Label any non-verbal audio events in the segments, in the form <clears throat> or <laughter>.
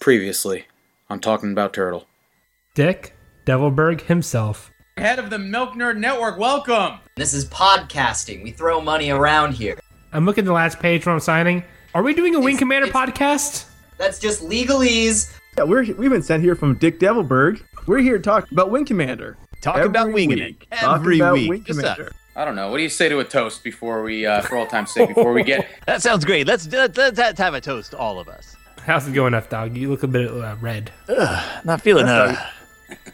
Previously, I'm talking about Turtle. Dick Devilberg himself. Head of the Milk Nerd Network, welcome. This is podcasting. We throw money around here. I'm looking at the last page when I'm signing. Are we doing a Wing It's- Commander it's- podcast? That's just legalese. Yeah, we're we've been sent here from Dick Devilberg. We're here to talk about Wing Commander. Talk about winging week. it every Talk about week. Wing Just Commander. I don't know. What do you say to a toast before we, uh, for all time's sake, before we get <laughs> that. That sounds great. Let's, let's let's have a toast, all of us. How's it going, F Dog? You look a bit uh, red. Not feeling uh,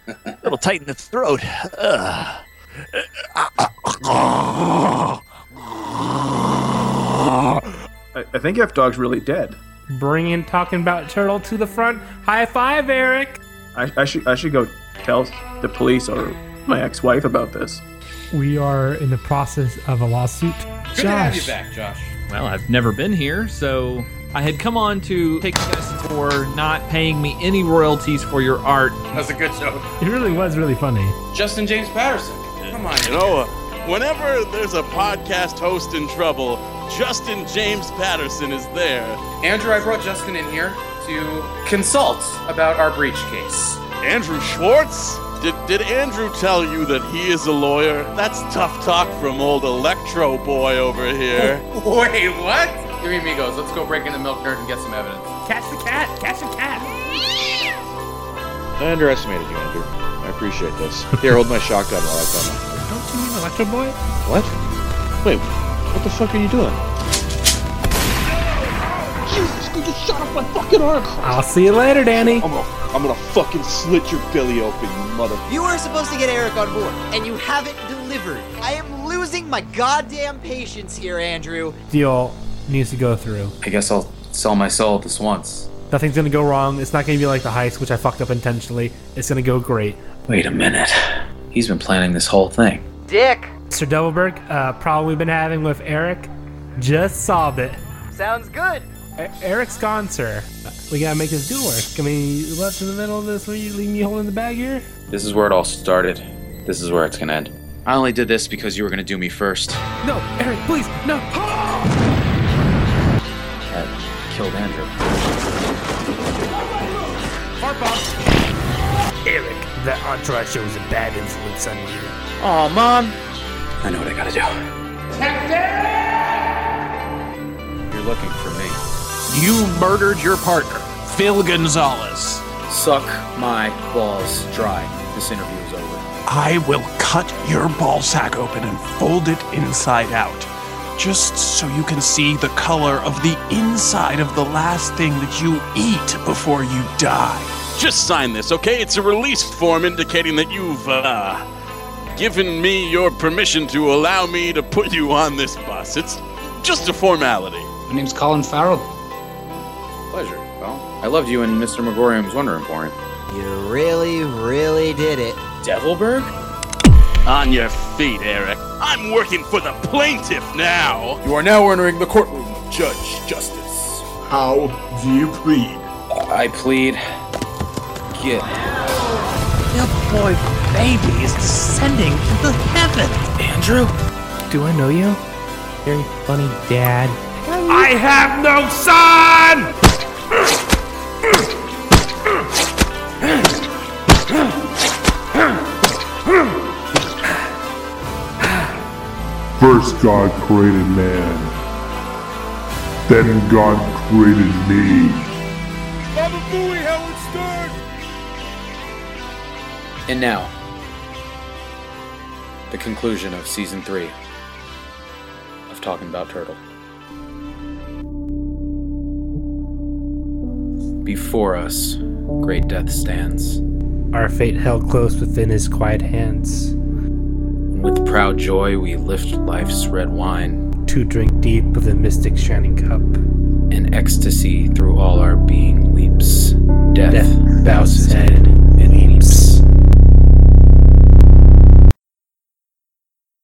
a little tight in the throat. Ugh. I, I think F Dog's really dead. Bringing talking about turtle to the front. High five, Eric. I, I should I should go tell the police or my ex-wife about this. We are in the process of a lawsuit. Good to have you back, Josh. Well, I've never been here, so I had come on to take you guys for not paying me any royalties for your art. That's a good joke. it really was really funny. Justin James Patterson. Come on. You know, uh, whenever there's a podcast host in trouble, Justin James Patterson is there. Andrew, I brought Justin in here to consult about our breach case. Andrew Schwartz? Did, did Andrew tell you that he is a lawyer? That's tough talk from old Electro Boy over here. <laughs> Wait, what? Give me amigos. Let's go break into Milk Nerd and get some evidence. Catch the cat. Catch the cat. I underestimated you, Andrew. I appreciate this. Here, hold my shotgun while I come. Don't you mean Electro Boy? What? Wait, what the fuck are you doing? Jesus, you just shot up my fucking arm! I'll see you later, Danny. I'm gonna, I'm gonna fucking slit your belly open, you mother. You were supposed to get Eric on board, and you haven't delivered. I am losing my goddamn patience here, Andrew. Deal needs to go through. I guess I'll sell my soul this once. Nothing's gonna go wrong. It's not gonna be like the heist, which I fucked up intentionally. It's gonna go great. Wait a minute. He's been planning this whole thing. Dick, Sir Devilberg, uh, problem we've been having with Eric, just solved it. sounds good. E- Eric's gone, sir. We gotta make this deal work. I mean, you left in the middle of this. Will you leave me holding the bag here? This is where it all started. This is where it's gonna end. I only did this because you were gonna do me first. No, Eric, please, no. That killed Andrew. Eric, that entourage shows a bad influence on you. Aw, Mom! I know what I gotta do. You're looking for me. You murdered your partner, Phil Gonzalez. Suck my balls dry. This interview is over. I will cut your ball sack open and fold it inside out, just so you can see the color of the inside of the last thing that you eat before you die. Just sign this, okay? It's a release form indicating that you've, uh, given me your permission to allow me to put you on this bus. It's just a formality. My name's Colin Farrell. Pleasure. Well, I loved you in Mr. McGorium's Wonder Emporium. You really, really did it. Devilberg? On your feet, Eric. I'm working for the plaintiff now. You are now entering the courtroom of Judge Justice. How do you plead? I plead. Get Your boy baby is descending to the heavens. Andrew? Do I know you? Very funny, Dad. First God created man. Then God created me. And now, the conclusion of season three of Talking About Turtle. Before us, great death stands, Our fate held close within his quiet hands. and with proud joy we lift life's red wine To drink deep of the mystic shining cup. and ecstasy through all our being leaps. Death, Death bows his head and weeps.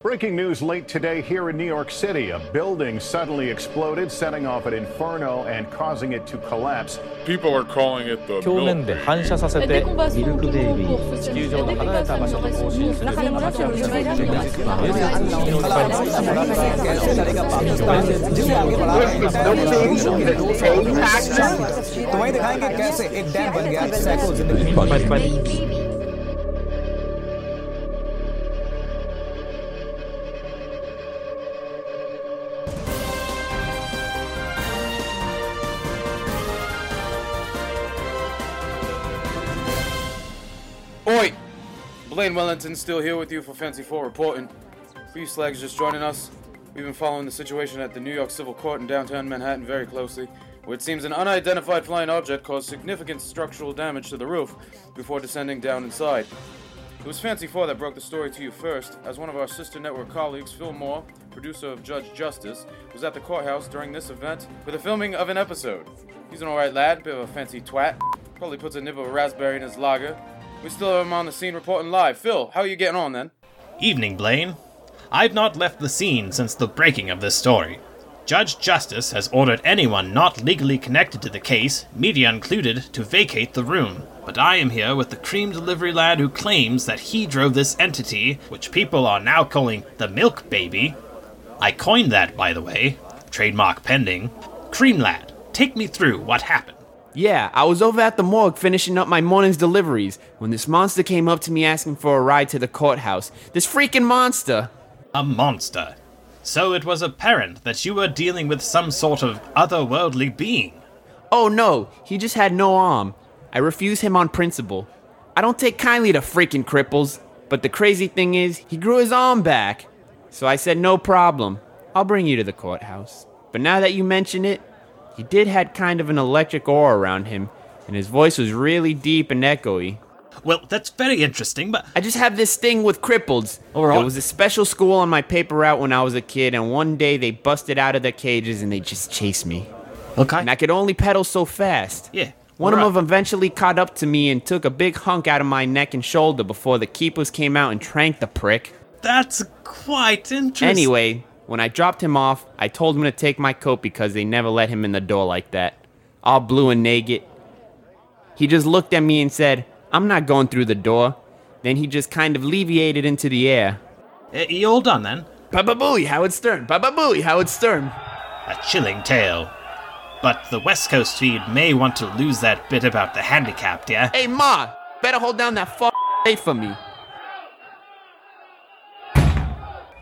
Breaking news late today here in New York City. A building suddenly exploded, setting off an inferno and causing it to collapse. People are calling it the 表面で反射させてミルクベイビー地球上の離れた場所に放進する Oi! Blaine Wellington still here with you for Fancy Four reporting. For you slags just joining us, we've been following the situation at the New York Civil Court in downtown Manhattan very closely, where it seems an unidentified flying object caused significant structural damage to the roof before descending down inside. It was Fancy Four that broke the story to you first, as one of our sister network colleagues, Phil Moore, producer of Judge Justice, was at the courthouse during this event for the filming of an episode. He's an alright lad, bit of a fancy twat. Probably puts a nib of raspberry in his lager. We still have him on the scene reporting live. Phil, how are you getting on then? Evening, Blaine. I've not left the scene since the breaking of this story. Judge Justice has ordered anyone not legally connected to the case, media included, to vacate the room. But I am here with the cream delivery lad who claims that he drove this entity, which people are now calling the Milk Baby. I coined that, by the way, trademark pending. Cream lad, take me through what happened. Yeah, I was over at the morgue finishing up my morning's deliveries when this monster came up to me asking for a ride to the courthouse. This freaking monster! A monster? So it was apparent that you were dealing with some sort of otherworldly being. Oh no, he just had no arm. I refuse him on principle. I don't take kindly to freaking cripples, but the crazy thing is, he grew his arm back. So I said, no problem. I'll bring you to the courthouse. But now that you mention it, he did had kind of an electric aura around him, and his voice was really deep and echoey. Well, that's very interesting, but I just have this thing with crippleds. There was a special school on my paper route when I was a kid, and one day they busted out of their cages and they just chased me. Okay. And I could only pedal so fast. Yeah. One Right. of them eventually caught up to me and took a big hunk out of my neck and shoulder before the keepers came out and tranked the prick. That's quite interesting. Anyway, when I dropped him off, I told him to take my coat because they never let him in the door like that. All blue and naked. He just looked at me and said, I'm not going through the door. Then he just kind of leviated into the air. Eh, You all done then? Baba Booey, Howard Stern. Baba Booey, Howard Stern. A chilling tale. But the West Coast feed may want to lose that bit about the handicapped, yeah? Hey, Ma, better hold down that fuck rate for me.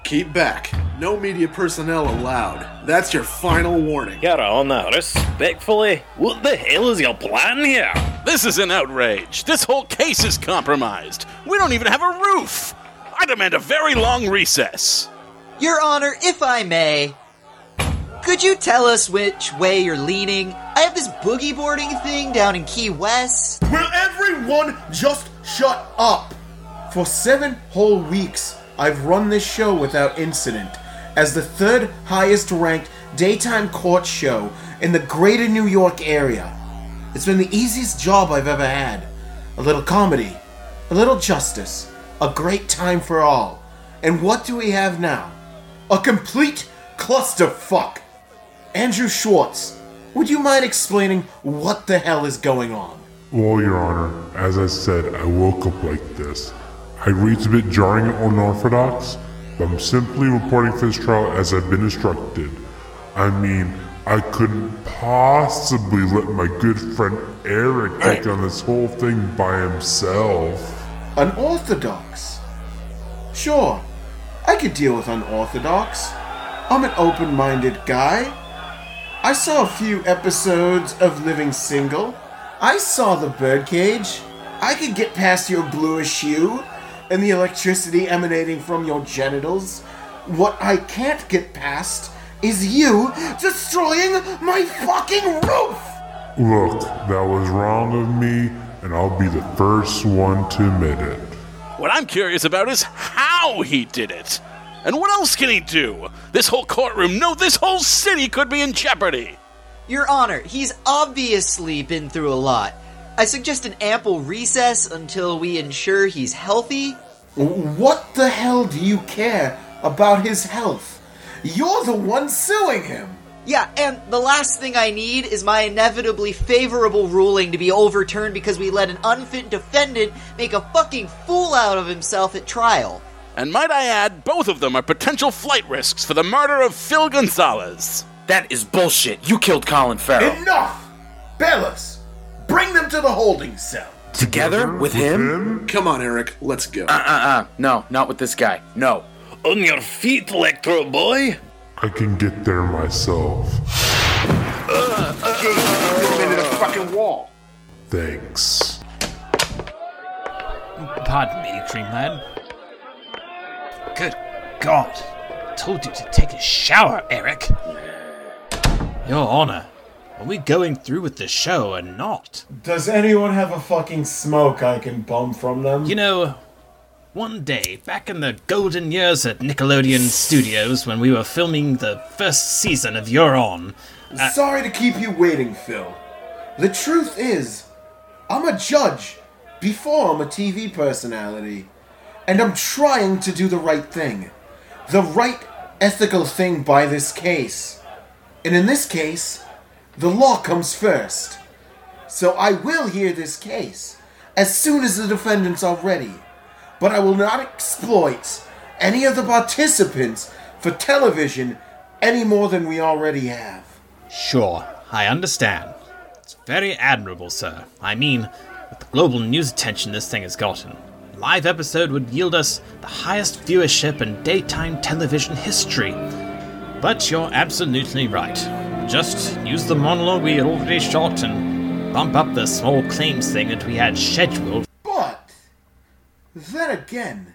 Keep back. No media personnel allowed. That's your final warning. Get on that, respectfully. What the hell is your plan here? This is an outrage. This whole case is compromised. We don't even have a roof. I demand a very long recess. Your Honor, if I may, could you tell us which way you're leaning? I have this boogie boarding thing down in Key West. Will everyone just shut up? For seven whole weeks, I've run this show without incident as the third highest ranked daytime court show in the greater New York area. It's been the easiest job I've ever had. A little comedy, a little justice, a great time for all. And what do we have now? A complete clusterfuck! Andrew Schwartz, would you mind explaining what the hell is going on? Well, Your Honor, as I said, I woke up like this. I read a bit jarring and unorthodox, but I'm simply reporting for this trial as I've been instructed. I mean, I couldn't possibly let my good friend Eric take on this whole thing by himself. Unorthodox? Sure, I could deal with unorthodox. I'm an open minded guy. I saw a few episodes of Living Single. I saw the birdcage. I could get past your bluish hue and the electricity emanating from your genitals. What I can't get past is you destroying my fucking roof! Look, that was wrong of me, and I'll be the first one to admit it. What I'm curious about is how he did it. And what else can he do? This whole courtroom, no, this whole city could be in jeopardy. Your Honor, he's obviously been through a lot. I suggest an ample recess until we ensure he's healthy. What the hell do you care about his health. You're the one suing him. Yeah, and the last thing I need is my inevitably favorable ruling to be overturned because we let an unfit defendant make a fucking fool out of himself at trial. And might I add, both of them are potential flight risks for the murder of Phil Gonzalez. That is bullshit. You killed Colin Farrell. Enough! Bellas, bring them to the holding cell. Together with him? Come on, Eric. Let's go. Uh uh uh. No, not with this guy. No. On your feet, Electro boy. I can get there myself. into the fucking wall. Thanks. Pardon me, Creamlad. Good God. told you to take a shower, Eric. Your Honor, are we going through with the show or not? Does anyone have a fucking smoke I can bum from them? You know, one day, back in the golden years at Nickelodeon Studios when we were filming the first season of You're On, Sorry to keep you waiting, Phil. The truth is, I'm a judge before I'm a TV personality, and I'm trying to do the right thing. The right ethical thing by this case. And in this case, the law comes first. So I will hear this case as soon as the defendants are ready, but I will not exploit any of the participants for television any more than we already have. Sure, I understand. It's very admirable, sir. I mean, with the global news attention this thing has gotten, a live episode would yield us the highest viewership in daytime television history. But you're absolutely right. Just use the monologue we had already shot and bump up the small claims thing that we had scheduled. But then again,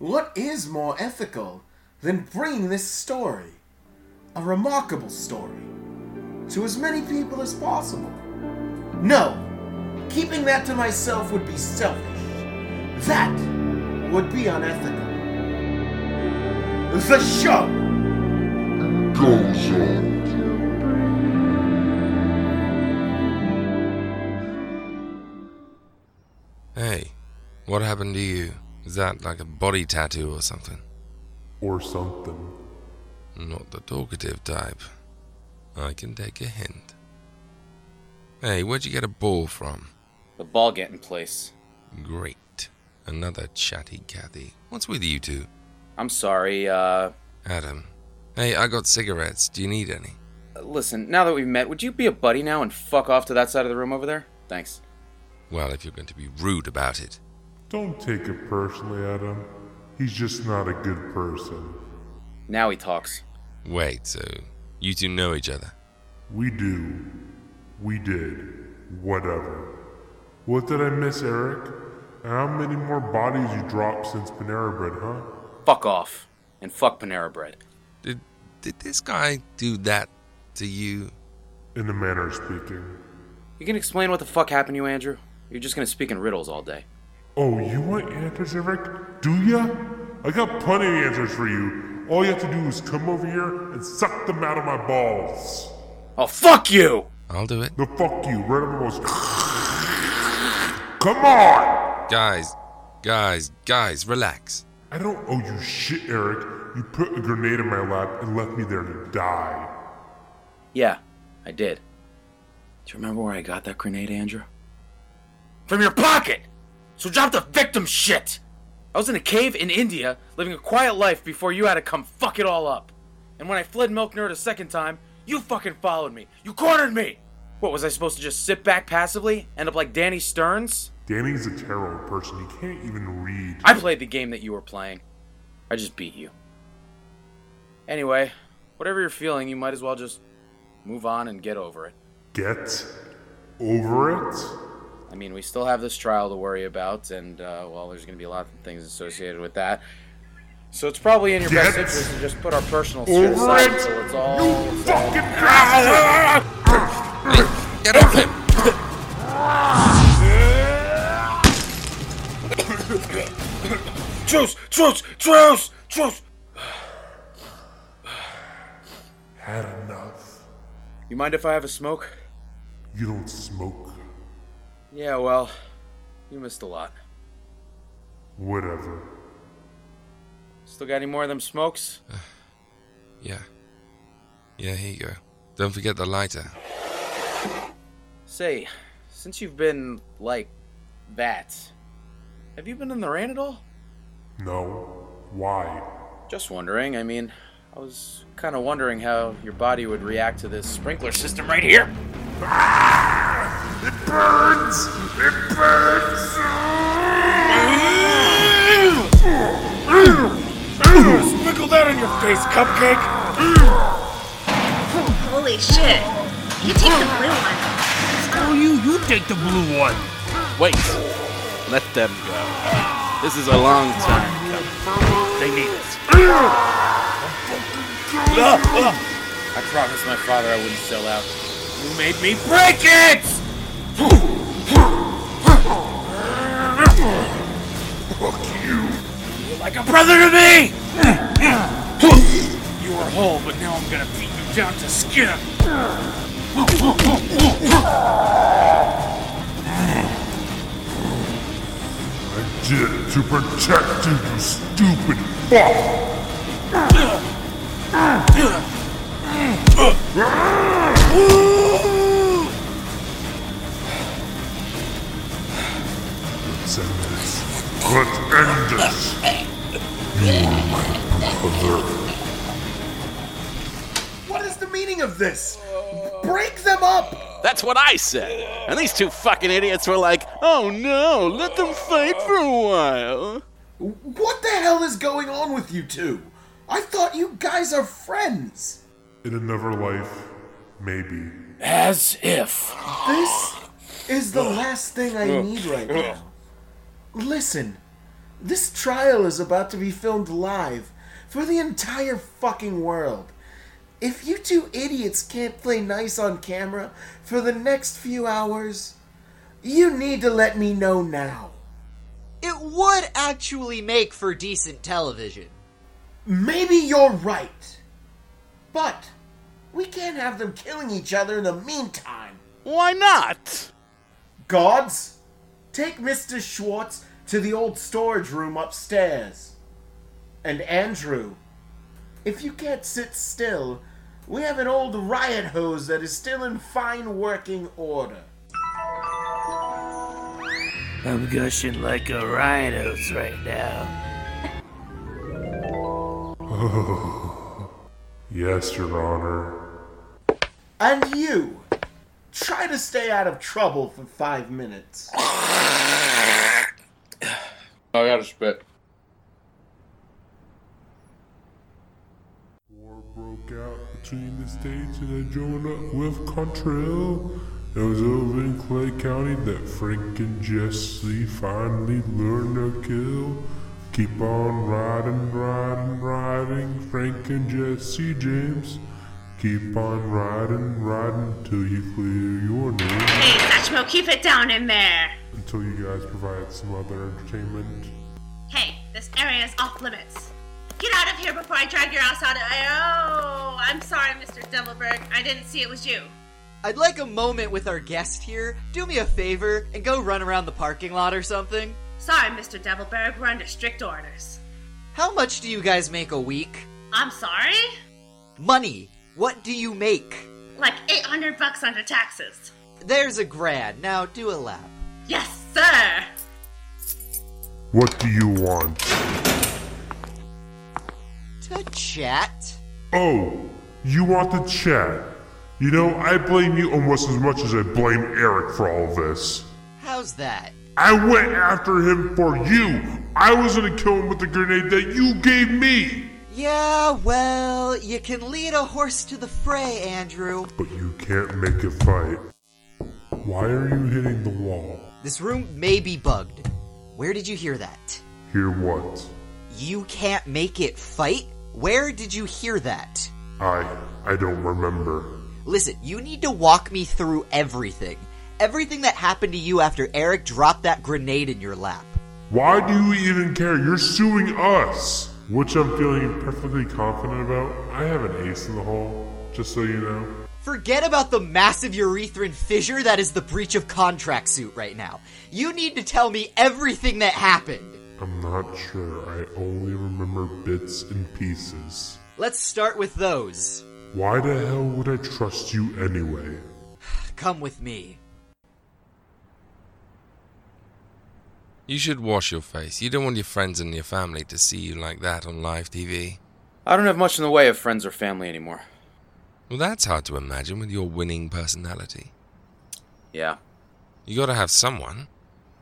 what is more ethical than bringing this story, a remarkable story, to as many people as possible? No, keeping that to myself would be selfish. That would be unethical. The show! Goes on. Hey, what happened to you? Is that like a body tattoo or something? Or something. Not the talkative type. I can take a hint. Hey, where'd you get a ball from? The ball getting place. Great. Another chatty Cathy. What's with you two? I'm sorry, uh. Adam. Hey, I got cigarettes. Do you need any? Listen, now that we've met, would you be a buddy now and fuck off to that side of the room over there? Thanks. Well, if you're going to be rude about it. Don't take it personally, Adam. He's just not a good person. Now he talks. Wait, so you two know each other? We do. We did. Whatever. What did I miss, Eric? And how many more bodies you dropped since Panera Bread, huh? Fuck off. And fuck Panera Bread. Did did this guy do that to you? In a manner of speaking. You can explain what the fuck happened to you, Andrew? You're just gonna speak in riddles all day. Oh, you want answers, Eric? Do ya? I got plenty of answers for you. All you have to do is come over here and suck them out of my balls. Oh, fuck you! I'll do it. No, fuck you. Right up my balls. Come on! Guys, guys, guys, relax. I don't owe you shit, Eric. You put a grenade in my lap and left me there to die. Yeah, I did. Do you remember where I got that grenade, Andrew? From your pocket! So drop the victim shit! I was in a cave in India, living a quiet life before you had to come fuck it all up. And when I fled Milk Nerd a second time, you fucking followed me. You cornered me! What, was I supposed to just sit back passively? End up like Danny Stearns? Danny's a terrible person. He can't even read. I played the game that you were playing. I just beat you. Anyway, whatever you're feeling, you might as well just move on and get over it. Get over it? I mean, we still have this trial to worry about, and, uh, well, there's going to be a lot of things associated with that. So it's probably in your Get best interest to just put our personal shit Over aside it! until it's all. You fucking bastard! Get off <coughs> him! Truce! Truce! Truce! Truce! Had enough. You mind if I have a smoke? You don't smoke. Yeah, well, you missed a lot. Whatever. Still got any more of them smokes? Yeah. Yeah, here you go. Don't forget the lighter. Say, since you've been like that, have you been in the rain at all? No. Why? Just wondering. I mean, I was kind of wondering how your body would react to this sprinkler system right here. It burns! It burns! Sprinkle that on your face, cupcake! Holy shit. You take the blue one. Oh, you, you take the blue one! Wait. Let them go. This is a long time coming. They need it. Ah, I promised my father I wouldn't sell out. You made me break it! You're like a brother to me! You were whole, but now I'm gonna beat you down to skin. I did it to protect you, you stupid fuck! Let's end this. Let's end this! You were my brother. What is the meaning of this? Break them up! That's what I said. And these two fucking idiots were like, oh no, let them fight for a while. What the hell is going on with you two? I thought you guys are friends. In another life, maybe. As if. This is the last thing I need right now. Listen, this trial is about to be filmed live for the entire fucking world. If you two idiots can't play nice on camera for the next few hours, you need to let me know now. It would actually make for decent television. Maybe you're right. But we can't have them killing each other in the meantime. Why not? Gods, take Mr. Schwartz to the old storage room upstairs. And Andrew, if you can't sit still, we have an old riot hose that is still in fine working order. I'm gushing like a rhinos right now. <laughs> yes, Your Honor. And you, try to stay out of trouble for five minutes. I gotta spit. Broke out between the states and I joined up with Contrell. It was over in Clay County that Frank and Jesse finally learned their kill. Keep on riding, riding, riding, Frank and Jesse James. Keep on riding, riding till you clear your name. Hey, Satchmo, keep it down in there. Until you guys provide some other entertainment. Hey, this area is off limits. Get out of here before I drag your ass out of. Oh, I'm sorry, Mr. Devilberg. I didn't see it was you. I'd like a moment with our guest here. Do me a favor and go run around the parking lot or something. Sorry, Mr. Devilberg. We're under strict orders. How much do you guys make a week? I'm sorry? Money. What do you make? Like 800 bucks under taxes. There's a grad. Now do a lap. Yes, sir. What do you want? To chat. Oh, you want the chat? You know, I blame you almost as much as I blame Eric for all this. How's that? I went after him for you. I was gonna kill him with the grenade that you gave me. Yeah, well, you can lead a horse to the fray, Andrew. But you can't make it fight. Why are you hitting the wall? This room may be bugged. Where did you hear that? Hear what? You can't make it fight? Where did you hear that? I I don't remember. Listen, you need to walk me through everything. Everything that happened to you after Eric dropped that grenade in your lap. Why do you even care? You're suing us! Which I'm feeling perfectly confident about. I have an ace in the hole, just so you know. Forget about the massive urethran fissure that is the breach of contract suit right now. You need to tell me everything that happened. I'm not sure. I only remember bits and pieces. Let's start with those. Why the hell would I trust you anyway? Come with me. You should wash your face. You don't want your friends and your family to see you like that on live TV. I don't have much in the way of friends or family anymore. Well, that's hard to imagine with your winning personality. Yeah. You gotta have someone.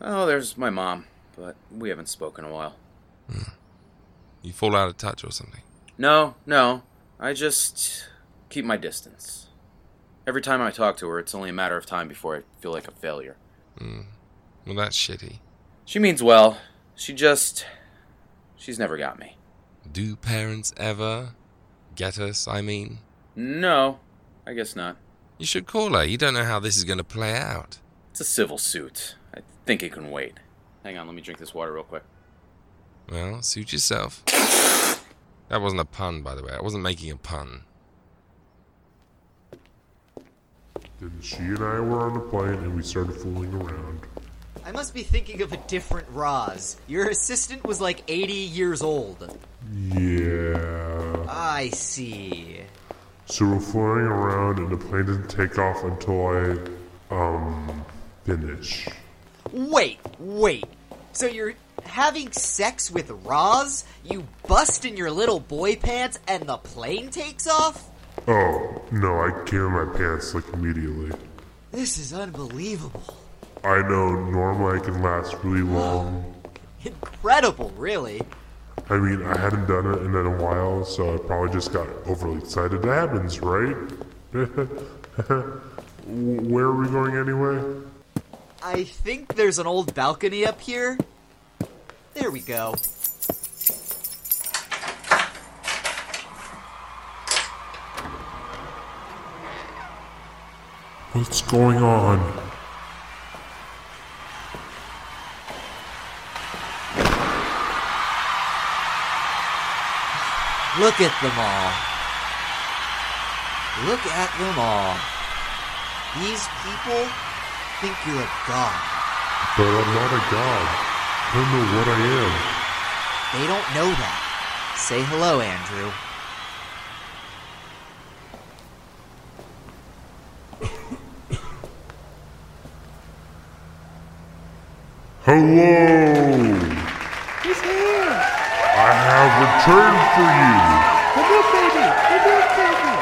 Oh, there's my mom, but we haven't spoken in a while. You fall out of touch or something. No, no. I just keep my distance. Every time I talk to her, it's only a matter of time before I feel like a failure. Mm. Well, that's shitty. She means well. She just. She's never got me. Do parents ever get us, I mean? No, I guess not. You should call her. You don't know how this is going to play out. It's a civil suit. I think it can wait. Hang on, let me drink this water real quick. Well, suit yourself. That wasn't a pun, by the way. I wasn't making a pun. Then she and I were on the plane and we started fooling around. I must be thinking of a different Roz. Your assistant was like 80 years old. Yeah. I see. So we're flying around and the plane didn't take off until I, um, finish. Wait, wait. So you're having sex with Roz? You bust in your little boy pants and the plane takes off? Oh, no, I came in my pants like immediately. This is unbelievable. I know normally I can last really long. Incredible, really. I mean, I hadn't done it in a while, so I probably just got overly excited. That happens, right? <laughs> Where are we going anyway? I think there's an old balcony up here. There we go. What's going on? Look at them all. Look at them all. These people think you're a god. But I'm not a god. I don't know what I am. They don't know that. Say hello, Andrew. Hello! He's here! I have returned for you! The new baby! The new baby!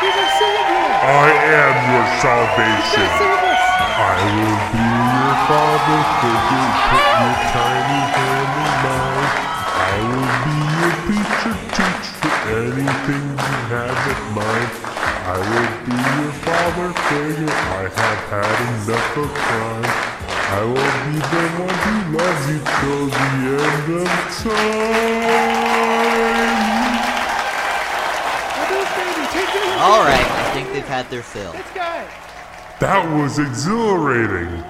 He's our savior! I am your salvation! I will be your father, figure, put your tiny hand in mine. I will be your teacher, teach for anything you have in mind. I will be your father, figure, I have had enough of crime. I will be the one who loves you till the end of time. The new baby! Take him away! All right, I think they've had their fill. Let's go! That was exhilarating!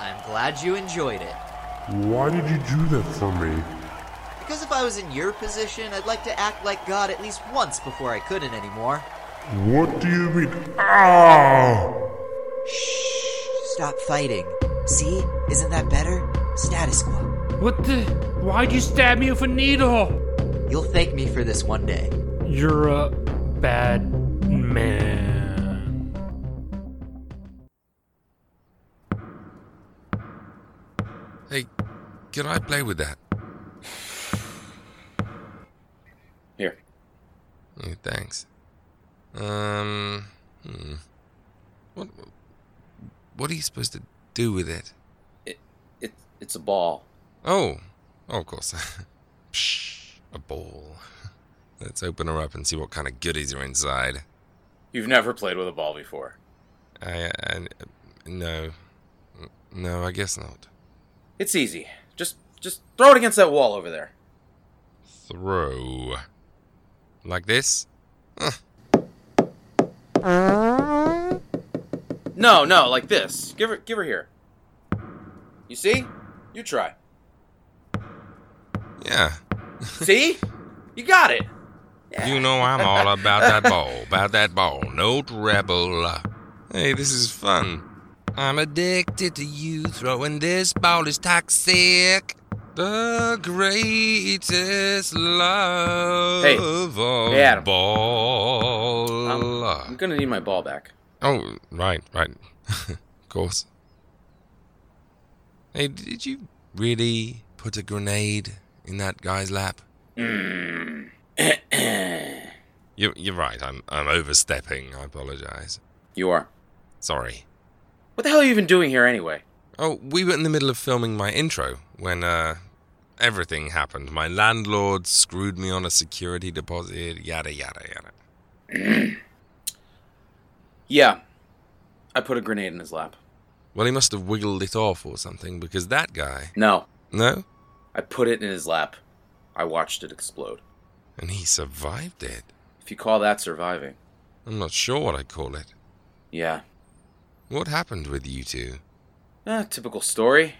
I'm glad you enjoyed it. Why did you do that for me? Because if I was in your position, I'd like to act like God at least once before I couldn't anymore. What do you mean? Ah! Stop fighting. See? Isn't that better? Status quo. What the? Why'd you stab me with a needle? You'll thank me for this one day. You're a bad man. Hey, can I play with that? Here. Yeah, thanks. Um. Hmm. What? What are you supposed to do with it? It, it's a ball. Oh, oh, of course. <laughs> Psh, a ball. <laughs> Let's open her up and see what kind of goodies are inside. You've never played with a ball before. I, I no, no, I guess not. It's easy. Just just throw it against that wall over there. Throw like this. No, no, like this. Give her give her here. You see? You <laughs> try. Yeah, See? You got it. you know I'm all about that ball, about that ball. No trouble. Hey, this is fun. I'm addicted to you. Throwing this ball is toxic. The greatest love Hey. of all Hey, Adam. ball. I'm gonna need my ball back. Oh, right, right. of course. Hey, did you really put a grenade in that guy's lap? <clears throat> Mm. You're, you're right. I'm, I'm overstepping. I apologize. You are. Sorry. What the hell are you even doing here anyway? Oh, we were in the middle of filming my intro when uh, everything happened. My landlord screwed me on a security deposit, yada, yada, yada. Yeah. I put a grenade in his lap. Well, he must have wiggled it off or something because that guy. No. No? I put it in his lap. I watched it explode. And he survived it. If you call that surviving. I'm not sure what I'd call it. Yeah. What happened with you two? Eh, typical story.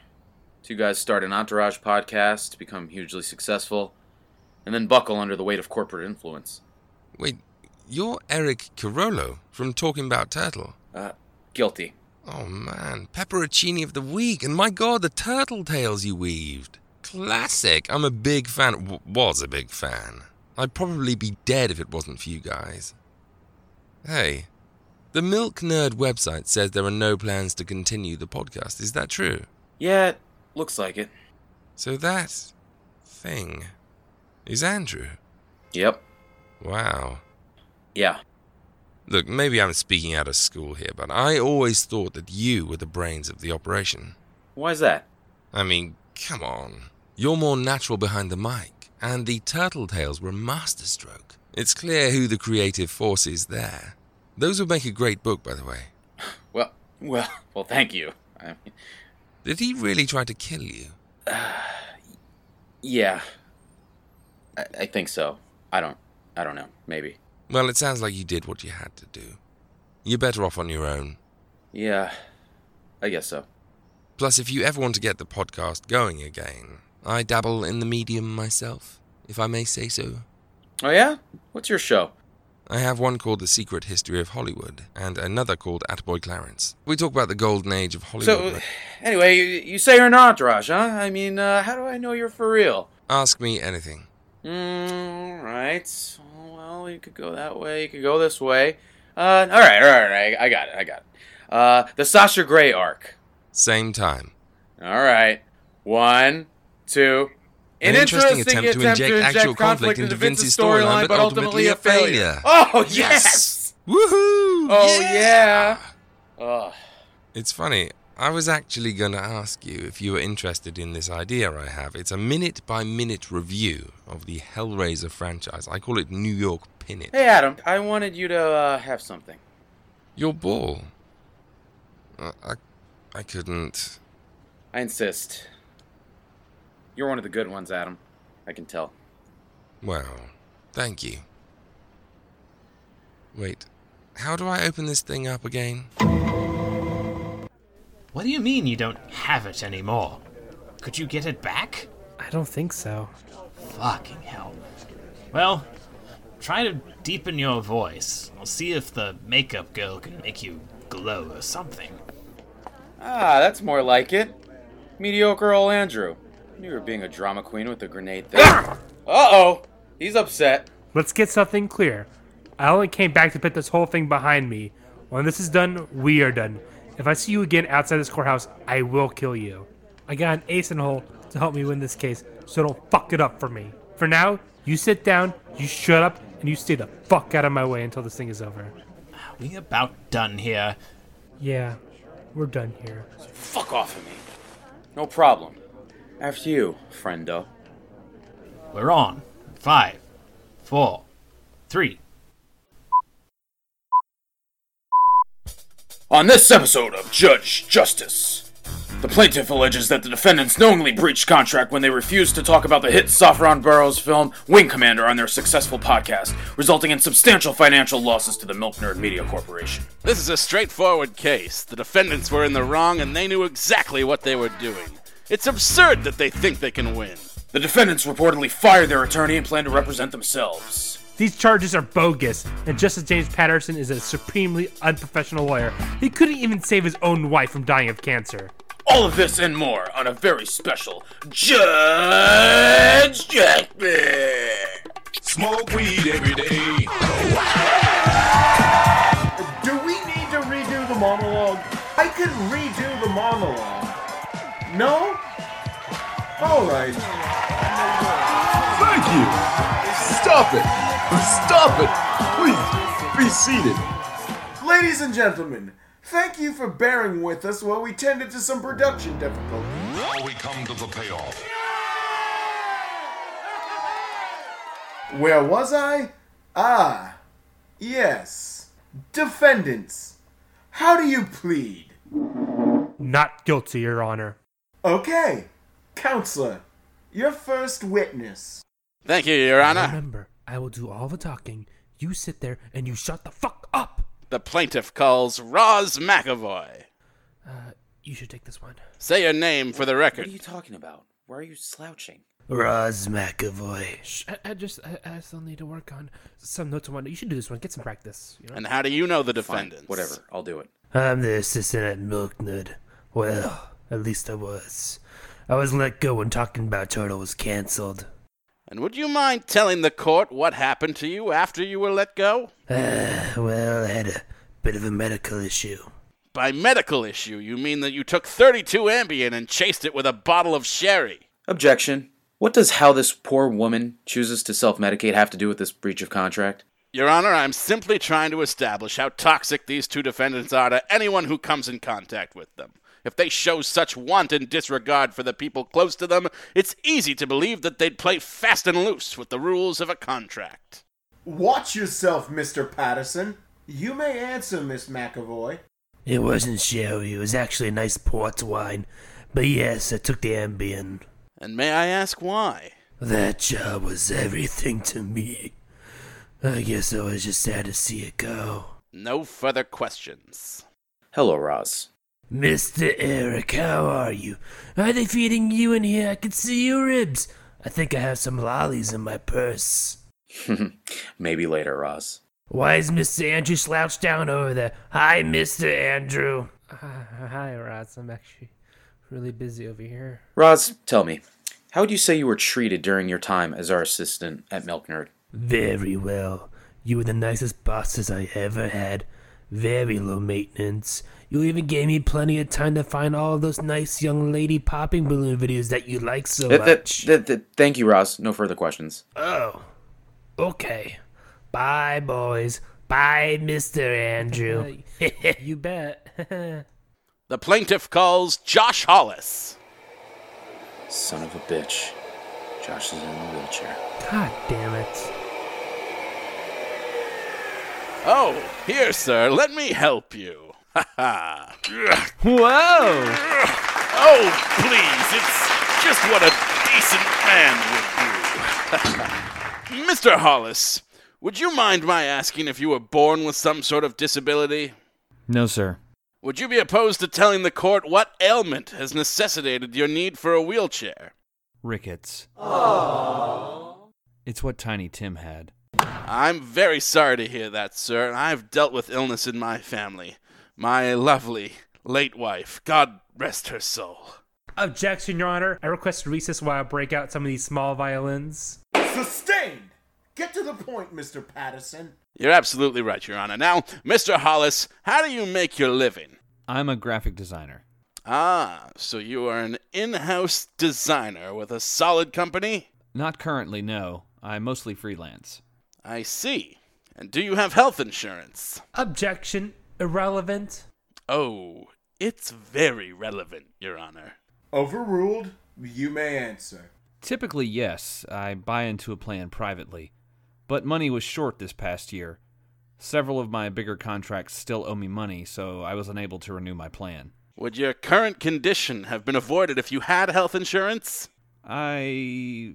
Two guys start an entourage podcast, become hugely successful, and then buckle under the weight of corporate influence. Wait, you're Eric Carollo from Talking About Turtle. Uh, guilty. Oh man, pepperoncini of the week, and my god, the turtle tails you weaved. Classic. I'm a big fan. W- was a big fan. I'd probably be dead if it wasn't for you guys. Hey, the Milk Nerd website says there are no plans to continue the podcast. Is that true? Yeah, it looks like it. So that thing is Andrew. Yep. Wow. Yeah. Look, maybe I'm speaking out of school here, but I always thought that you were the brains of the operation. Why's that? I mean, come on. You're more natural behind the mic, and the turtle tails were a masterstroke. It's clear who the creative force is there. Those would make a great book, by the way. Well, well, well. Thank you. I mean, Did he really try to kill you? <sighs> yeah. I, I think so. I don't. I don't know. Maybe. Well, it sounds like you did what you had to do. You're better off on your own. Yeah. I guess so. Plus, if you ever want to get the podcast going again, I dabble in the medium myself, if I may say so. Oh yeah. What's your show? I have one called The Secret History of Hollywood, and another called At Boy Clarence. We talk about the golden age of Hollywood. So, anyway, you, you say you're an entourage, huh? I mean, uh, how do I know you're for real? Ask me anything. Mm, all right. Well, you could go that way. You could go this way. Uh, all right, all right, all right. I got it. I got it. Uh, the Sasha Grey arc. Same time. All right. One, two. An interesting attempt to inject actual conflict into Vince's storyline, but ultimately a failure. Oh yes! <laughs> Yes! Woohoo! Oh yeah! Ugh. It's funny. I was actually going to ask you if you were interested in this idea I have. It's a minute by minute review of the Hellraiser franchise. I call it New York Pin It. Hey Adam, I wanted you to uh, have something. Your ball. I, I, I couldn't. I insist. You're one of the good ones, Adam. I can tell. Well, thank you. Wait, how do I open this thing up again? What do you mean you don't have it anymore? Could you get it back? I don't think so. Fucking hell. Well, try to deepen your voice. I'll see if the makeup girl can make you glow or something. Ah, that's more like it. Mediocre old Andrew. You were being a drama queen with the grenade thing. uh oh, he's upset. Let's get something clear. I only came back to put this whole thing behind me. When this is done, we are done. If I see you again outside this courthouse, I will kill you. I got an ace in the hole to help me win this case, so don't fuck it up for me. For now, you sit down, you shut up, and you stay the fuck out of my way until this thing is over. Are we about done here? Yeah, we're done here. Fuck off of me. No problem. After you, friendo. We're on. Five, four, three. On this episode of Judge Justice, the plaintiff alleges that the defendants knowingly breached contract when they refused to talk about the hit Saffron Burrows film Wing Commander on their successful podcast, resulting in substantial financial losses to the Milk Nerd Media Corporation. This is a straightforward case. The defendants were in the wrong and they knew exactly what they were doing. It's absurd that they think they can win. The defendants reportedly fired their attorney and plan to represent themselves. These charges are bogus, and Justice James Patterson is a supremely unprofessional lawyer. He couldn't even save his own wife from dying of cancer. All of this and more on a very special Judge Jackman. Smoke weed every day. Do we need to redo the monologue? I could redo the monologue. No? Alright. Thank you. Stop it! Stop it! Please, be seated. Ladies and gentlemen, thank you for bearing with us while we tended to some production difficulties. Now we come to the payoff. Where was I? Ah, yes. Defendants, how do you plead? Not guilty, Your Honor. Okay, counselor, your first witness. Thank you, Your Honor. Remember, I will do all the talking. You sit there and you shut the fuck. The plaintiff calls Roz McAvoy. Uh, You should take this one. Say your name for the What are record. you talking about? Why are you slouching? Roz McAvoy. I, I just, I, I still need to work on some notes. One, you should do this one. Get some practice. You know? And how do you know the defendants? whatever. I'll do it. I'm the assistant at Milknud. Well, at least I was. I was let go when talking about Turtle was cancelled. And would you mind telling the court what happened to you after you were let go? Ah, well, I had a bit of a medical issue. By medical issue, you mean that you took 32 Ambien and chased it with a bottle of sherry. Objection. What does how this poor woman chooses to self medicate have to do with this breach of contract? <laughs> Your Honor, I'm simply trying to establish how toxic these two defendants are to anyone who comes in contact with them. If they show such wanton disregard for the people close to them, it's easy to believe that they'd play fast and loose with the rules of a contract. Watch yourself, Mr. Patterson. You may answer, Miss McAvoy. It wasn't sherry, it was actually a nice port wine. But yes, I took the Ambien. And may I ask why? That job was everything to me. I guess I was just sad to see it go. No further questions. Hello, Roz. Mr. Eric, how are you? Are they feeding you in here? I can see your ribs. I think I have some lollies in my purse. Maybe later, Roz. Why is Mr. Andrew slouched down over there? Hi, Mr. Andrew. <laughs> hi, Roz. I'm actually really busy over here. Roz, tell me, how would you say you were treated during your time as our assistant at Milk Nerd? Very well. You were the nicest bosses I ever had. Very low maintenance. You even gave me plenty of time to find all of those nice young lady popping balloon videos that you like so Th- much. th- th- th- thank you, Roz. No further questions. Oh. Okay. Bye, boys. Bye, Mr. Andrew. <laughs> you bet. <laughs> The plaintiff calls Josh Hollis. Son of a bitch. Josh is in the wheelchair. God damn it. Oh, here, sir, let me help you. Ha ha. Whoa! Oh, please, it's just what a decent man would do. <laughs> Mr. Hollis, would you mind my asking if you were born with some sort of disability? No, sir. Would you be opposed to telling the court what ailment has necessitated your need for a wheelchair? Rickets. It's what Tiny Tim had. I'm very sorry to hear that, sir. I've dealt with illness in my family. My lovely late wife, God rest her soul. Objection, Your Honor. I request recess while I break out some of these small violins. Sustained! Get to the point, Mr. Patterson. You're absolutely right, Your Honor. Now, Mr. Hollis, how do you make your living? I'm a graphic designer. Ah, so you are an in house designer with a solid company? Not currently, no. I mostly freelance. I see. And do you have health insurance? Objection. Irrelevant. Oh, it's very relevant, Your Honor. Overruled, you may answer. Typically, yes, I buy into a plan privately. But money was short this past year. Several of my bigger contracts still owe me money, so I was unable to renew my plan. Would your current condition have been avoided if you had health insurance? I.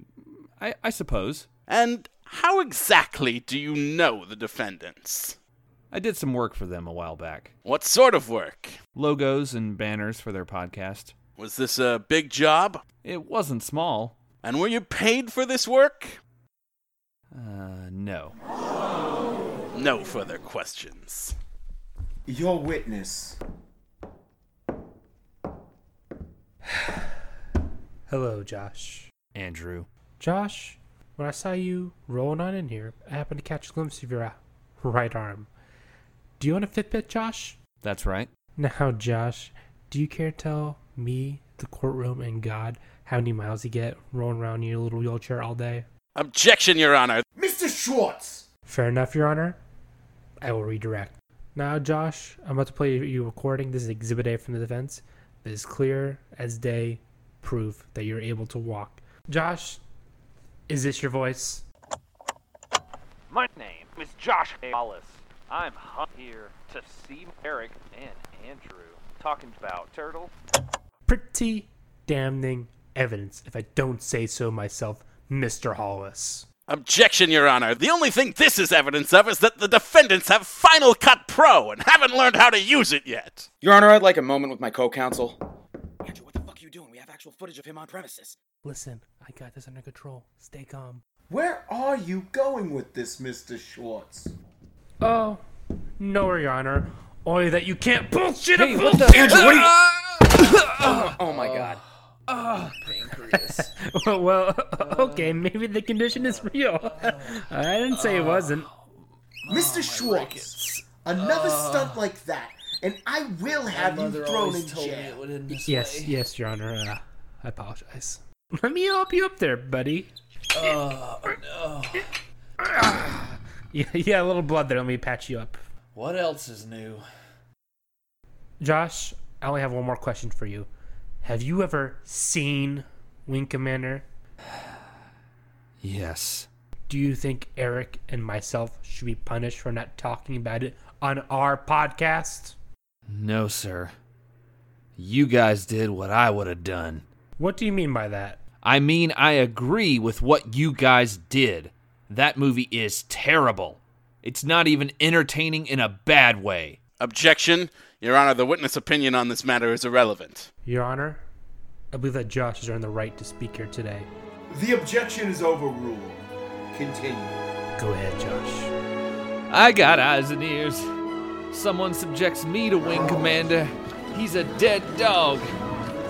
I, I suppose. And how exactly do you know the defendants? I did some work for them a while back. What sort of work? Logos and banners for their podcast. Was this a big job? It wasn't small. And were you paid for this work? Uh, no. No further questions. Your witness. Hello, Josh. Andrew. Josh, when I saw you rolling on in here, I happened to catch a glimpse of your uh, right arm. Do you own a Fitbit, Josh? That's right. Now, Josh, do you care to tell me, the courtroom, and God how many miles you get rolling around in your little wheelchair all day? Objection, Your Honor. Mr. Schwartz! Fair enough, Your Honor. I will redirect. Now, Josh, I'm about to play you a recording. This is Exhibit A from the defense. This is clear as day proof that you're able to walk. Josh, is this your voice? My name is Josh Wallace. I'm hu- here to see Eric and Andrew talking about turtle. Pretty damning evidence, if I don't say so myself, Mr. Hollis. Objection, Your Honor. The only thing this is evidence of is that the defendants have Final Cut Pro and haven't learned how to use it yet. Your Honor, I'd like a moment with my co-counsel. Actual footage of him on premises. Listen, I got this under control. Stay calm. Where are you going with this, Mr. Schwartz? Oh, no, Your Honor. Only that you can't bullshit Hey, a what fool- the- Andrew, what are <laughs> oh, my god. <laughs> well, okay, maybe the condition is real. <laughs> I didn't say it wasn't. Oh, Mr. Schwartz, another stunt like that, and I will have you Ah. mother thrown always in told me jail. Yes, yes, Your Honor. Uh, I apologize. <laughs> Let me help you up there, buddy. <laughs> Oh no! Yeah, yeah, a little blood there. Let me patch you up. What else is new? Josh, I only have one more question for you. Have you ever seen Wing Commander? Yes. Do you think Eric and myself should be punished for not talking about it on our podcast? No, sir. You guys did what I would have done. What do you mean by that? I mean, I agree with what you guys did. That movie is terrible. It's not even entertaining in a bad way. Objection, Your Honor. The witness opinion on this matter is irrelevant. Your Honor, I believe that Josh is earned the right to speak here today. The objection is overruled. Continue. Go ahead, Josh. I got eyes and ears. Someone subjects me to Wing Commander. He's a dead dog.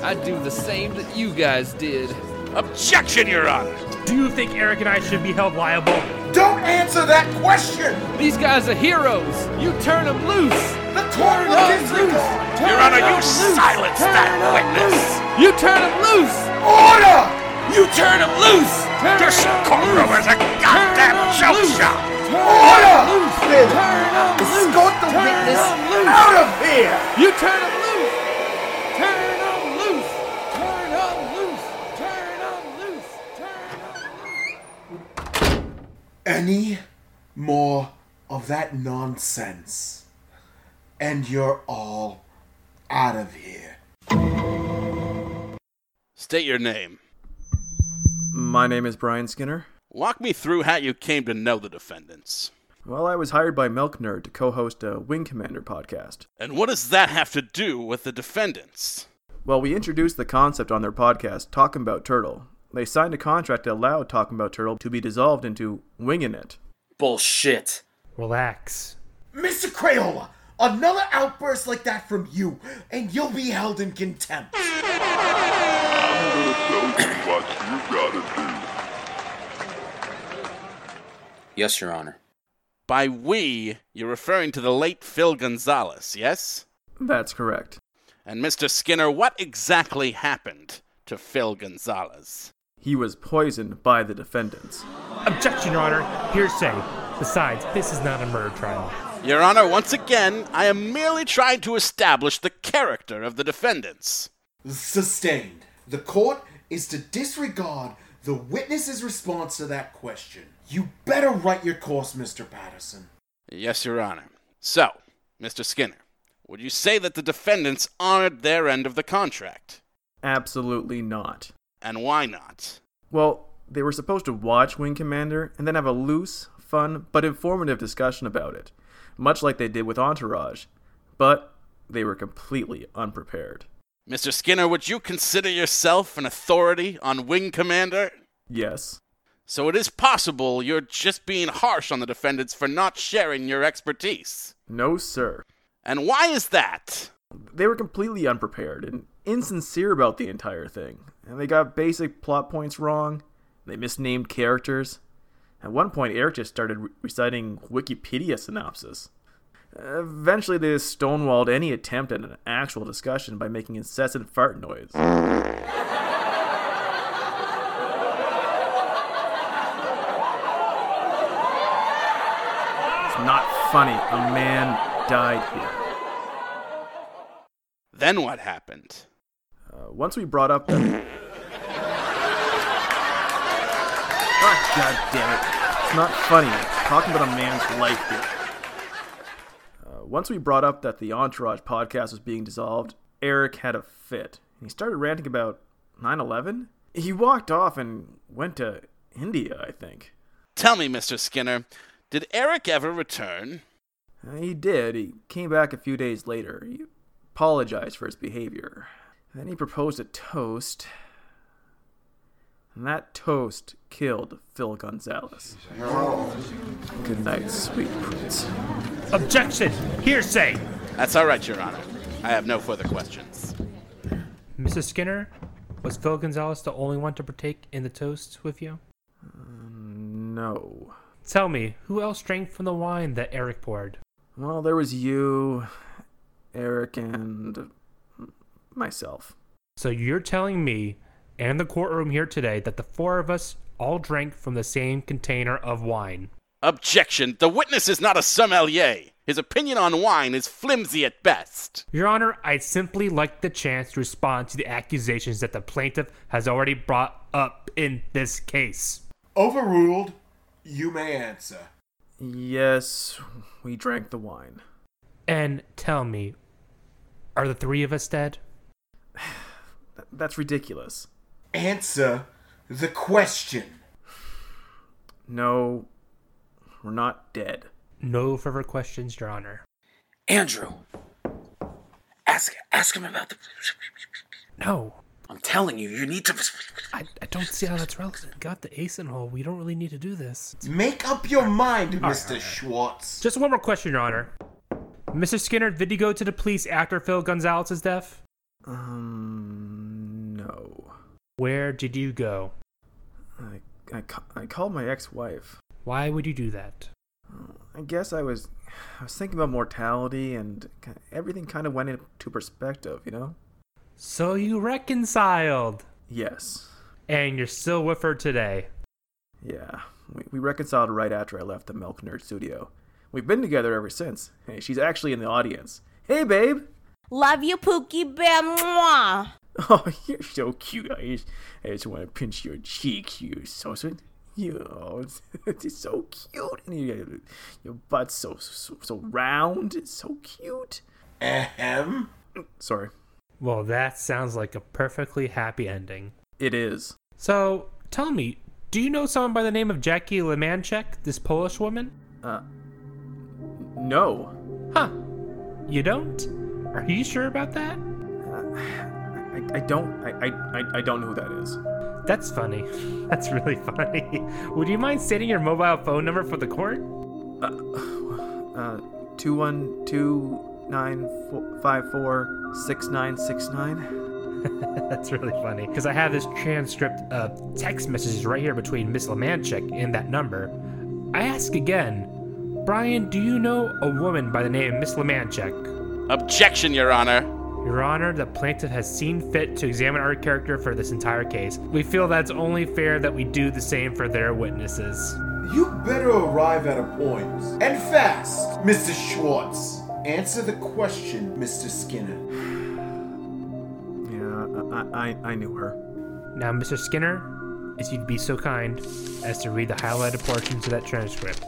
I do the same that you guys did. Objection, Your Honor! Do you think Eric and I should be held liable? Don't answer that question! These guys are heroes. You turn them loose. The court will disregard. Your Honor, you silence that witness. You turn him loose. Order! You turn him loose. this courtroom is a goddamn joke shop. Order! Escort the witness out of here! You turn him loose. Turn on loose. Turn on loose. Turn on loose. Any more of that nonsense, and you're all out of here. State your name. My name is Brian Skinner. Walk me through how you came to know the defendants. Well, I was hired by Milk Nerd to co host a Wing Commander podcast. And what does that have to do with the defendants? Well, we introduced the concept on their podcast, Talking About Turtle. They signed a contract that allowed Talking About Turtle to be dissolved into Wingin' It. Bullshit. Relax. Mr. Crayola, another outburst like that from you, and you'll be held in contempt. Yes, Your Honor. By we, you're referring to the late Phil Gonzalez, yes? That's correct. And Mr. Skinner, what exactly happened to Phil Gonzalez? He was poisoned by the defendants. Objection, Your Honor. Hearsay. Besides, this is not a murder trial. Your Honor, once again, I am merely trying to establish the character of the defendants. Sustained. The court is to disregard the witness's response to that question. You better write your course, Mr. Patterson. Yes, Your Honor. So, Mr. Skinner, would you say that the defendants honored their end of the contract? Absolutely not. And why not? Well, they were supposed to watch Wing Commander and then have a loose, fun, but informative discussion about it, much like they did with Entourage. But they were completely unprepared. Mr. Skinner, would you consider yourself an authority on Wing Commander? Yes. So it is possible you're just being harsh on the defendants for not sharing your expertise. No, sir. And why is that? They were completely unprepared and insincere about the entire thing, and they got basic plot points wrong. They misnamed characters. At one point, Eric just started re- reciting Wikipedia synopsis. Eventually, they stonewalled any attempt at an actual discussion by making incessant fart noise. It's not funny. A man died here. Then what happened? Uh, once we brought up the. Ah, God damn it. It's not funny. It's talking about a man's life here. Uh, once we brought up that the Entourage podcast was being dissolved, Eric had a fit. He started ranting about 9 11? He walked off and went to India, I think. Tell me, Mr. Skinner, did Eric ever return? Uh, He did. He came back a few days later. He apologized for his behavior. Then he proposed a toast. And that toast killed Phil Gonzalez. Good night, sweet prince. Objection! Hearsay! That's all right, Your Honor. I have no further questions. Mrs. Skinner, was Phil Gonzalez the only one to partake in the toast with you? no. Tell me, who else drank from the wine that Eric poured? Well, there was you, Eric, and myself. So you're telling me and the courtroom here today that the four of us all drank from the same container of wine. Objection! The witness is not a sommelier. His opinion on wine is flimsy at best. Your Honor, I'd simply like the chance to respond to the accusations that the plaintiff has already brought up in this case. Overruled. You may answer. Yes, we drank the wine. And tell me, are the three of us dead? That's ridiculous. Answer the question. No, we're not dead. No further questions, Your Honor. Andrew, ask ask him about the. No. I'm telling you, you need to. I, I don't see how that's relevant. Got the ace in hole. We don't really need to do this. Make up your mind, All right, Mr. Schwartz. Just one more question, Your Honor. Mr. Skinner, did he go to the police after Phil Gonzalez's death? Um, no. Where did you go? I, I, ca- I called my ex wife. Why would you do that? I guess I was, I was thinking about mortality and ki- everything kind of went into perspective, you know? So you reconciled. Yes. And you're still with her today. Yeah. We, we reconciled right after I left the Milk Nerd studio. We've been together ever since. Hey, she's actually in the audience. Hey, babe! Love you, Pookie Bear. Mwah. Oh, you're <laughs> so cute. I just, I just want to pinch your cheek. You're so sweet. You, oh, it's, <laughs> it's so cute. And your, your butt's so, so so round. It's so cute. Ahem. Sorry. Well, that sounds like a perfectly happy ending. It is. So, tell me, do you know someone by the name of Jackie Lemanchek, this Polish woman? Uh, no. Huh. You don't? Are you sure about that? Uh, I, I don't. I, I, I- I don't know who that is. That's funny. <laughs> That's really funny. Would you mind stating your mobile phone number for the court? Uh, two one two nine four five four six nine six nine. That's really funny because I have this transcript of text messages right here between Miss Lemanchik and that number. I ask again, Brian, do you know a woman by the name of Miss Lemanchik? Objection, Your Honor. Your Honor, the plaintiff has seen fit to examine our character for this entire case. We feel that's only fair that we do the same for their witnesses. You better arrive at a point. And fast, Mr. Schwartz. Answer the question, Mr. Skinner. Yeah, I, I I knew her. Now, Mr. Skinner, if you'd be so kind as to read the highlighted portions of that transcript.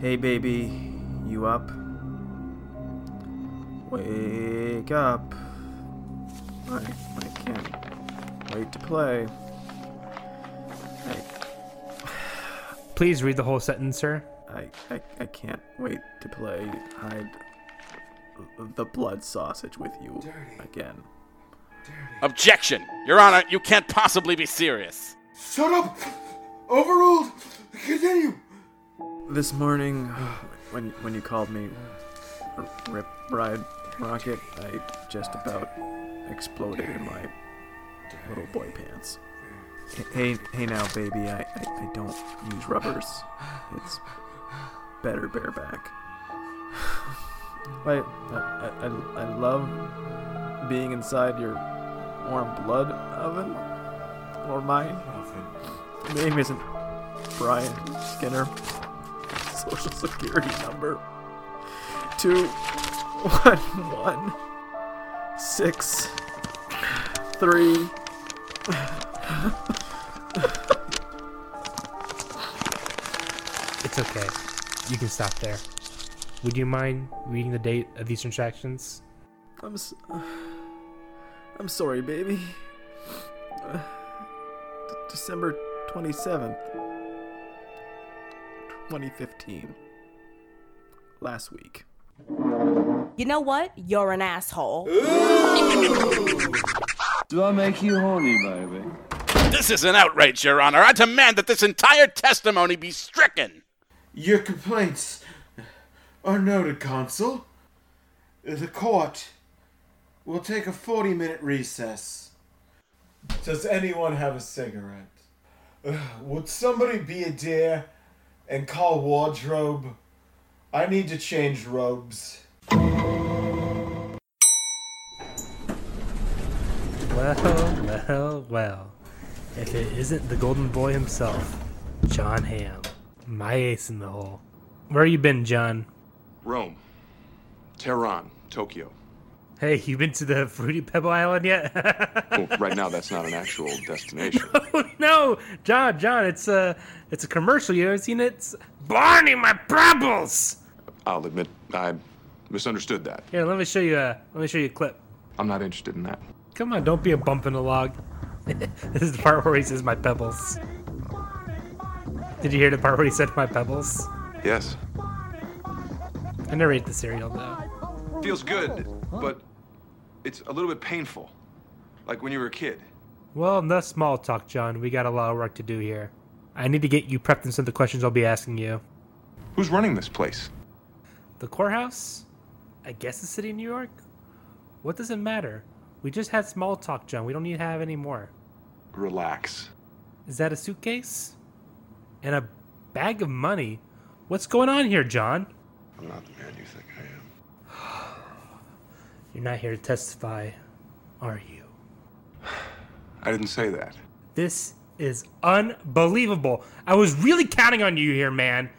hey, baby, you up? Wake up. I, I can't wait to play. Please read the whole sentence, sir. I, I, I can't wait to play hide the blood sausage with you again. Objection! Your Honor, you can't possibly be serious. Shut up! Overruled! Continue! This morning, <sighs> when when you called me R- Rip Ride Rocket, I just about exploded in my little boy pants. Hey hey now, baby, I, I, I don't use rubbers. It's better bareback. I, I, I, I love being inside your warm blood oven or mine. Name isn't Brian Skinner. Social security number two one one six three. It's okay. You can stop there. Would you mind reading the date of these transactions? I'm s am sorry, baby. Uh, D- December twenty seventh, twenty fifteen. Last week. You know what? You're an asshole. Do I make you horny, baby? This is an outrage, Your Honor. I demand that this entire testimony be stricken. Your complaints are noted, Consul. The court will take a 40 minute recess. Does anyone have a cigarette? Ugh, would somebody be a dear and call wardrobe? I need to change robes. Well, well, well. If it isn't the golden boy himself, John Ham, my ace in the hole. Where you been, John? Rome, Tehran, <laughs> Tokyo. Hey, you been to the Fruity Pebble Island yet? <laughs> Well, right now, that's not an actual destination. no, John, John, it's a it's a commercial. You ever seen it? It's Barney, my problems. I'll admit I misunderstood that. Here, let me show you. A, let me show you a clip. I'm not interested in that. Come on, don't be a bump in the log. <laughs> this is the part where he says my pebbles. Did you hear the part where he said my pebbles? Yes. I never ate the cereal though. Feels good, but it's a little bit painful. Like when you were a kid. Well, enough small talk, John. We got a lot of work to do here. I need to get you prepped in some of the questions I'll be asking you. Who's running this place? The courthouse? I guess the city of New York? What does it matter? We just had small talk, John. We don't need to have any more. Relax. Is that a suitcase? And a bag of money? What's going on here, John? I'm not the man you think I am. You're not here to testify, are you? I didn't say that. This is unbelievable. I was really counting on you here, man.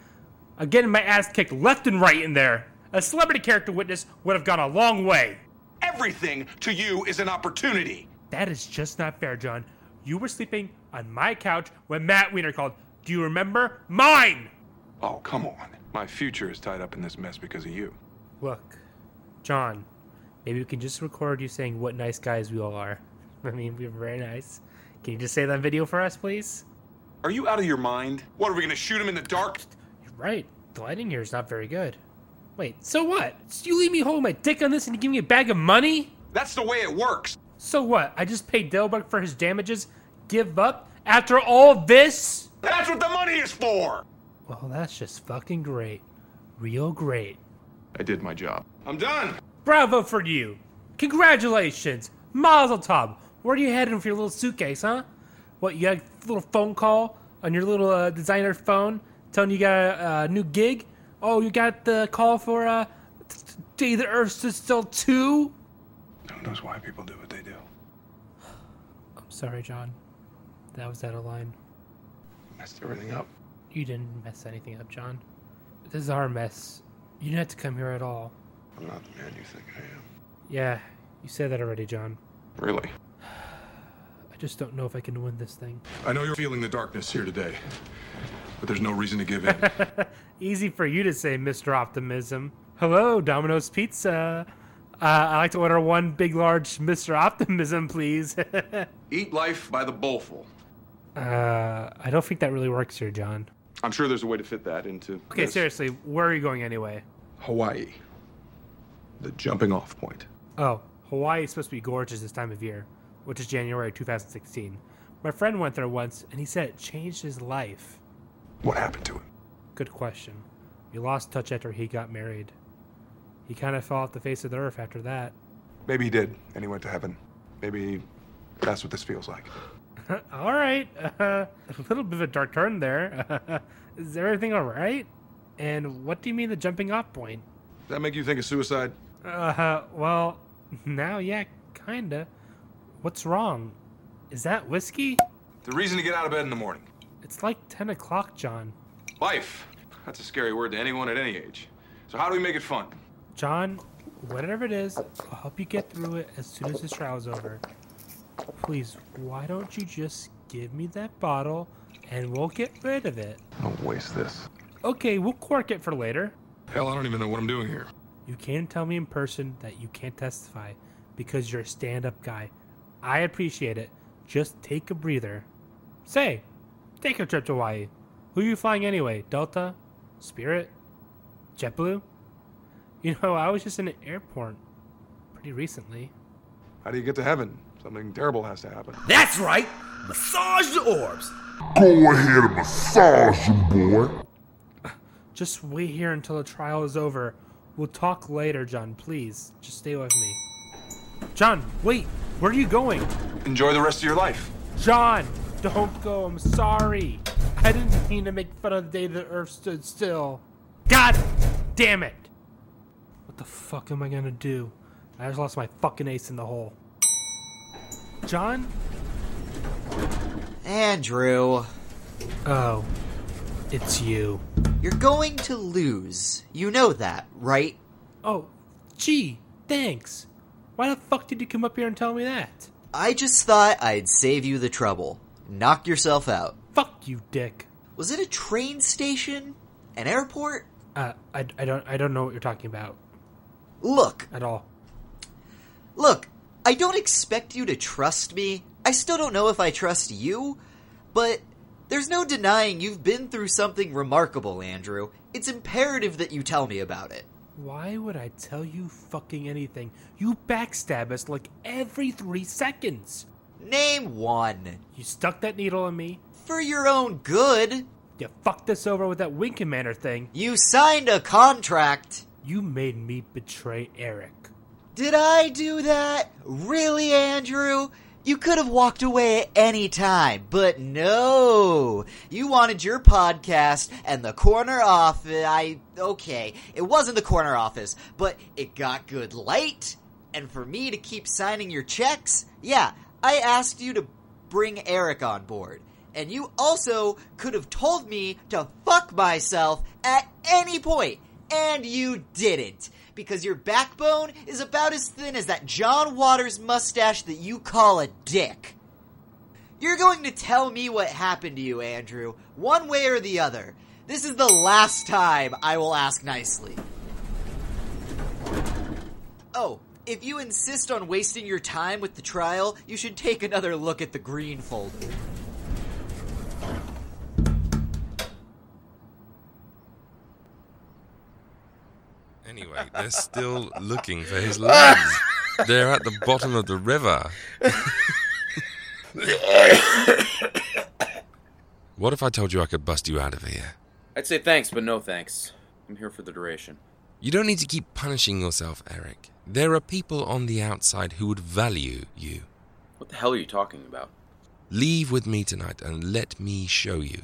I'm getting my ass kicked left and right in there. A celebrity character witness would have gone a long way. Everything to you is an opportunity. That is just not fair, John. You were sleeping on my couch when Matt Wiener called. Do you remember? Mine! Oh, come on. My future is tied up in this mess because of you. Look, John, maybe we can just record you saying what nice guys we all are. <laughs> I mean, we're very nice. Can you just say that on video for us, please? Are you out of your mind? What, are we gonna shoot him in the dark? You're right. The lighting here is not very good. Wait, so what? So you leave me holding my dick on this and you give me a bag of money? That's the way it works. So what? I just paid Delbuck for his damages? Give up? After all this? That's what the money is for! Well, that's just fucking great. Real great. I did my job. I'm done! Bravo for you! Congratulations! Mazel tov! Where are you heading with your little suitcase, huh? What, you got a little phone call on your little uh, designer phone telling you got a uh, new gig? Oh, you got the call for uh, t- t- Day the Earth is Still 2? Who knows why people do what they do? I'm sorry, John. That was out of line. Messed everything up. You didn't mess anything up, John. This is our mess. You didn't have to come here at all. I'm not the man you think I am. Yeah, you said that already, John. Really? I just don't know if I can win this thing. I know you're feeling the darkness here today, but there's no reason to give <laughs> in. Easy for you to say, Mr. Optimism. Hello, Domino's Pizza. Uh, I'd like to order one big, large Mr. Optimism, please. <laughs> uh, Eat life by the bowlful. I don't think that really works here, John. I'm sure there's a way to fit that into Okay, this. seriously, where are you going anyway? Hawaii. The jumping off point. Oh, Hawaii is supposed to be gorgeous this time of year, which is January 2016. My friend went there once, and he said it changed his life. What happened to him? Good question. We lost touch after he got married. He kind of fell off the face of the earth after that. Maybe he did, and he went to heaven. Maybe that's what this feels like. <laughs> all right. Uh, a little bit of a dark turn there. <laughs> Is everything all right? And what do you mean the jumping off point? Does that make you think of suicide? Uh, well, now, yeah, kinda. What's wrong? Is that whiskey? The reason to get out of bed in the morning. It's like 10 o'clock, John. Life. That's a scary word to anyone at any age. So how do we make it fun? John, whatever it is, I'll help you get through it as soon as this trial is over. Please, why don't you just give me that bottle and we'll get rid of it? Don't waste this. Okay, we'll cork it for later. Hell, I don't even know what I'm doing here. You can tell me in person that you can't testify because you're a stand up guy. I appreciate it. Just take a breather. Say, take a trip to Hawaii. Who are you flying anyway? Delta? Spirit? JetBlue? You know, I was just in an airport pretty recently. How do you get to heaven? Something terrible has to happen. That's right! Massage the orbs! Go ahead and massage him, boy. Just wait here until the trial is over. We'll talk later, John. Please, just stay with me. John, wait! Where are you going? Enjoy the rest of your life. John, don't go. I'm sorry. I didn't mean to make fun of the day the earth stood still. God damn it! What the fuck am I gonna do? I just lost my fucking ace in the hole. John? Andrew. Oh, it's you. You're going to lose. You know that, right? Oh, gee, thanks. Why the fuck did you come up here and tell me that? I just thought I'd save you the trouble. Knock yourself out. Fuck you, dick. Was it a train station? An airport? Uh, I, I don't I don't know what you're talking about. Look. At all. Look, I don't expect you to trust me. I still don't know if I trust you, but there's no denying you've been through something remarkable, Andrew. It's imperative that you tell me about it. Why would I tell you fucking anything? You backstab us like every three seconds. Name one. You stuck that needle in me. For your own good. You fucked us over with that Wing Commander thing. You signed a contract. You made me betray Eric. Did I do that? Really, Andrew? You could have walked away at any time, but no. You wanted your podcast and the corner office. I. Okay, it wasn't the corner office, but it got good light. And for me to keep signing your checks, yeah, I asked you to bring Eric on board. And you also could have told me to fuck myself at any point. And you didn't. Because your backbone is about as thin as that John Waters mustache that you call a dick. You're going to tell me what happened to you, Andrew, one way or the other. This is the last time I will ask nicely. Oh, if you insist on wasting your time with the trial, you should take another look at the green folder. Anyway, they're still looking for his legs. They're at the bottom of the river. what if I told you I could bust you out of here? I'd say thanks, but no thanks. I'm here for the duration. You don't need to keep punishing yourself, Eric. There are people on the outside who would value you. What the hell are you talking about? Leave with me tonight and let me show you.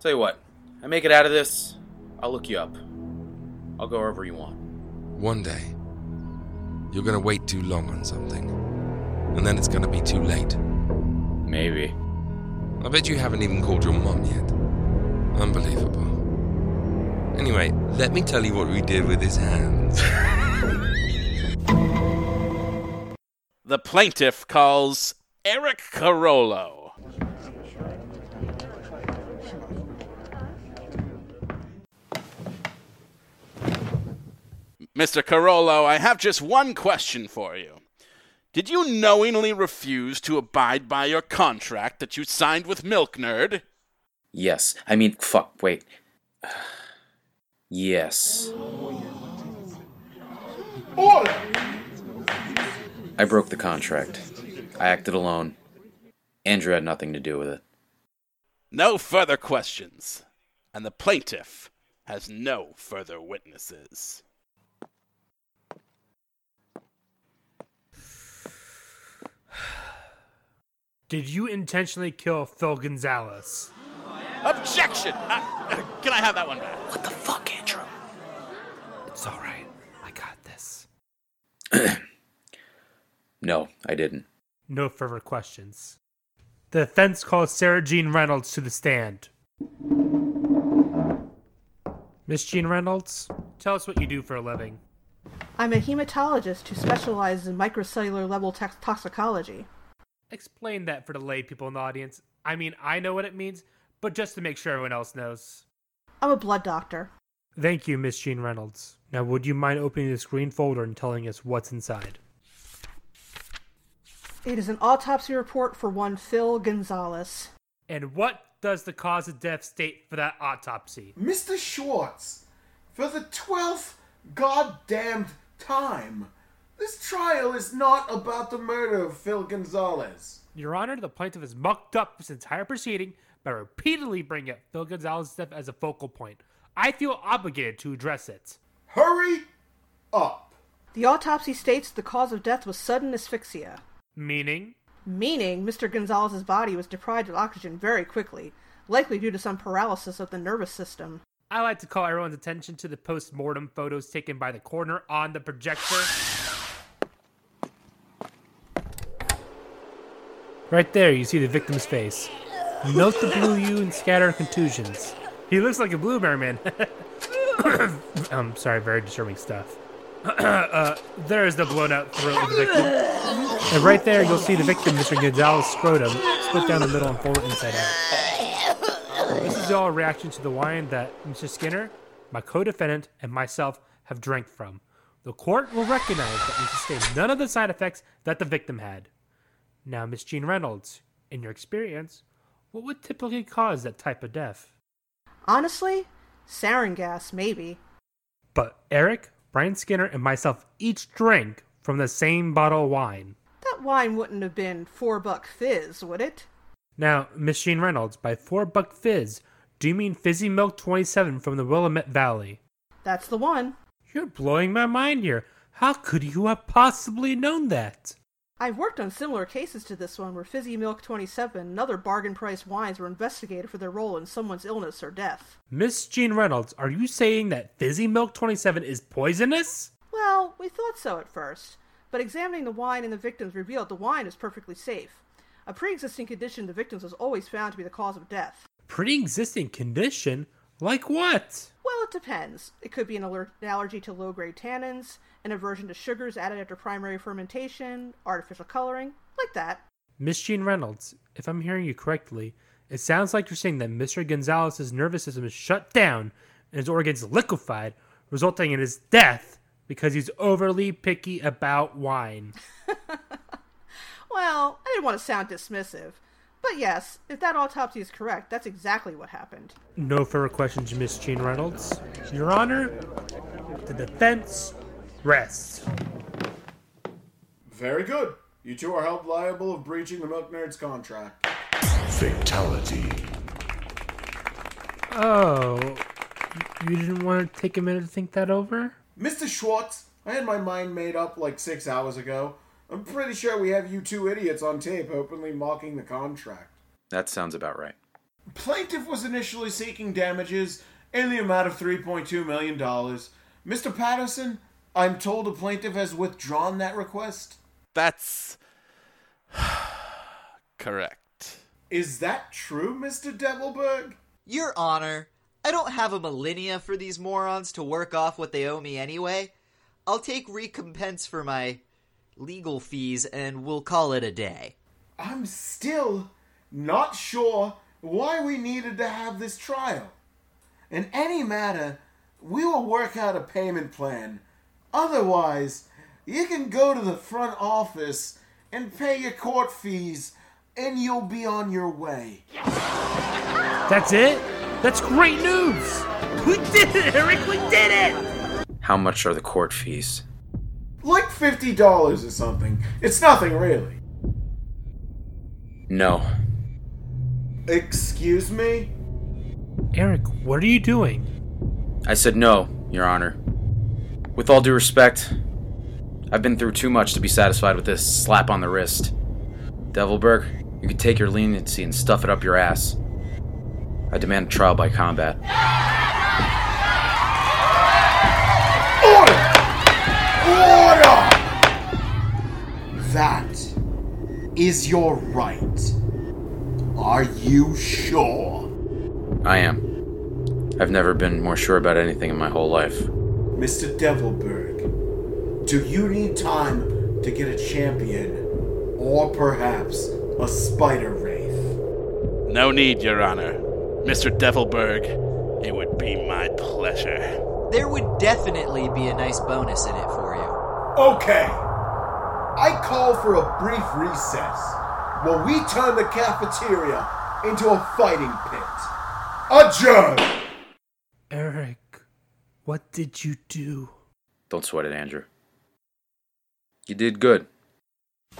Tell you what, I make it out of this, I'll look you up. I'll go wherever you want. One day, you're gonna wait too long on something, and then it's gonna be too late. Maybe. I bet you haven't even called your mom yet. Unbelievable. Anyway, let me tell you what we did with his hands. The plaintiff calls Eric Carollo. Mr. Carollo, I have just one question for you. Did you knowingly refuse to abide by your contract that you signed with Milk Nerd? Yes. I mean, fuck, wait. <sighs> yes. Order! I broke the contract. I acted alone. Andrew had nothing to do with it. No further questions. And the plaintiff has no further witnesses. Did you intentionally kill Phil Gonzalez? Objection! Uh, can I have that one back? What the fuck, Andrew? It's all right. I got this. No, I didn't. No further questions. The defense calls Sarah Jean Reynolds to the stand. Miss Jean Reynolds, tell us what you do for a living. I'm a hematologist who specializes in microcellular level tox- toxicology. Explain that for the lay people in the audience. I mean, I know what it means, but just to make sure everyone else knows. I'm a blood doctor. Thank you, Miss Jean Reynolds. Now, would you mind opening this green folder and telling us what's inside? <clears throat> It is an autopsy report for one Phil Gonzalez. And what does the cause of death state for that autopsy? Mr. Schwartz, for the twelfth goddamned time, this trial is not about the murder of Phil Gonzalez. Your Honor, the plaintiff has mucked up this entire proceeding by repeatedly bringing up Phil Gonzalez's death as a focal point. I feel obligated to address it. Hurry! The autopsy states the cause of death was sudden asphyxia, Meaning? meaning Mr. Gonzalez's body was deprived of oxygen very quickly, likely due to some paralysis of the nervous system. I like to call everyone's attention to the post mortem photos taken by the coroner on the projector. Right there, you see the victim's face. Note the blue hue and scatter contusions. He looks like a blueberry man. <coughs> I'm sorry, very disturbing stuff. uh, there is the blown out throat of the victim. And right there, you'll see the victim, Mr. Gonzalez scrotum, split down the middle and folded inside out. This is all a reaction to the wine that Mr. Skinner, my co defendant, and myself have drank from. The court will recognize that we sustained none of the side effects that the victim had. Now, Miss Jean Reynolds, in your experience, what would typically cause that type of death? Honestly, sarin gas, maybe. But Eric, Brian Skinner, and myself each drank from the same bottle of wine. That wine wouldn't have been four buck fizz, would it? Now, Miss Jean Reynolds, by four buck fizz, do you mean fizzy milk 27 from the Willamette Valley? That's the one. You're blowing my mind here. How could you have possibly known that? I've worked on similar cases to this one where Fizzy Milk 27 and other bargain price wines were investigated for their role in someone's illness or death. Miss Jean Reynolds, are you saying that fizzy milk 27 is poisonous? Well, we thought so at first, but examining the wine and the victims revealed the wine is perfectly safe. A pre existing condition in the victims was always found to be the cause of death. Pre existing condition? Like what? Well, it depends. It could be an aller- an allergy to low grade tannins, an aversion to sugars added after primary fermentation, artificial coloring, like that. Miss Jean Reynolds, if I'm hearing you correctly, it sounds like you're saying that Mr. Gonzalez's nervous system is shut down and his organs liquefied, resulting in his death because he's overly picky about wine. Well, I didn't want to sound dismissive, but yes, if that autopsy is correct, that's exactly what happened. No further questions, Miss Jean Reynolds. Your Honor, the defense rests. Very good. You two are held liable of breaching the Milk Nerds contract. Fatality. Oh, you didn't want to take a minute to think that over? Mr. Schwartz, I had my mind made up like six hours ago. I'm pretty sure we have you two idiots on tape openly mocking the contract. That sounds about right. Plaintiff was initially seeking damages in the amount of $3.2 million. Mr. Patterson, I'm told the plaintiff has withdrawn that request. That's correct. Is that true, Mr. Devilberg? Your Honor, I don't have a millennia for these morons to work off what they owe me anyway. I'll take recompense for my legal fees and we'll call it a day. I'm still not sure why we needed to have this trial. In any matter, we will work out a payment plan. Otherwise, you can go to the front office and pay your court fees and you'll be on your <laughs> way. That's it? That's great news! We did it, Eric! We did it! How much are the court fees? Like $50 or something. It's nothing really. No. Excuse me? Eric, what are you doing? I said no, Your Honor. With all due respect, I've been through too much to be satisfied with this slap on the wrist. Devilberg, you can take your leniency and stuff it up your ass. I demand a trial by combat. Order! That is your right. Are you sure? I am. I've never been more sure about anything in my whole life. Mr. Devilberg, do you need time to get a champion or perhaps a spider wraith? No need, Your Honor. Mr. Devilberg, it would be my pleasure. There would definitely be a nice bonus in it for you. Okay. I call for a brief recess where we turn the cafeteria into a fighting pit. Adjourn! Eric, what did you do? Don't sweat it, Andrew. You did good.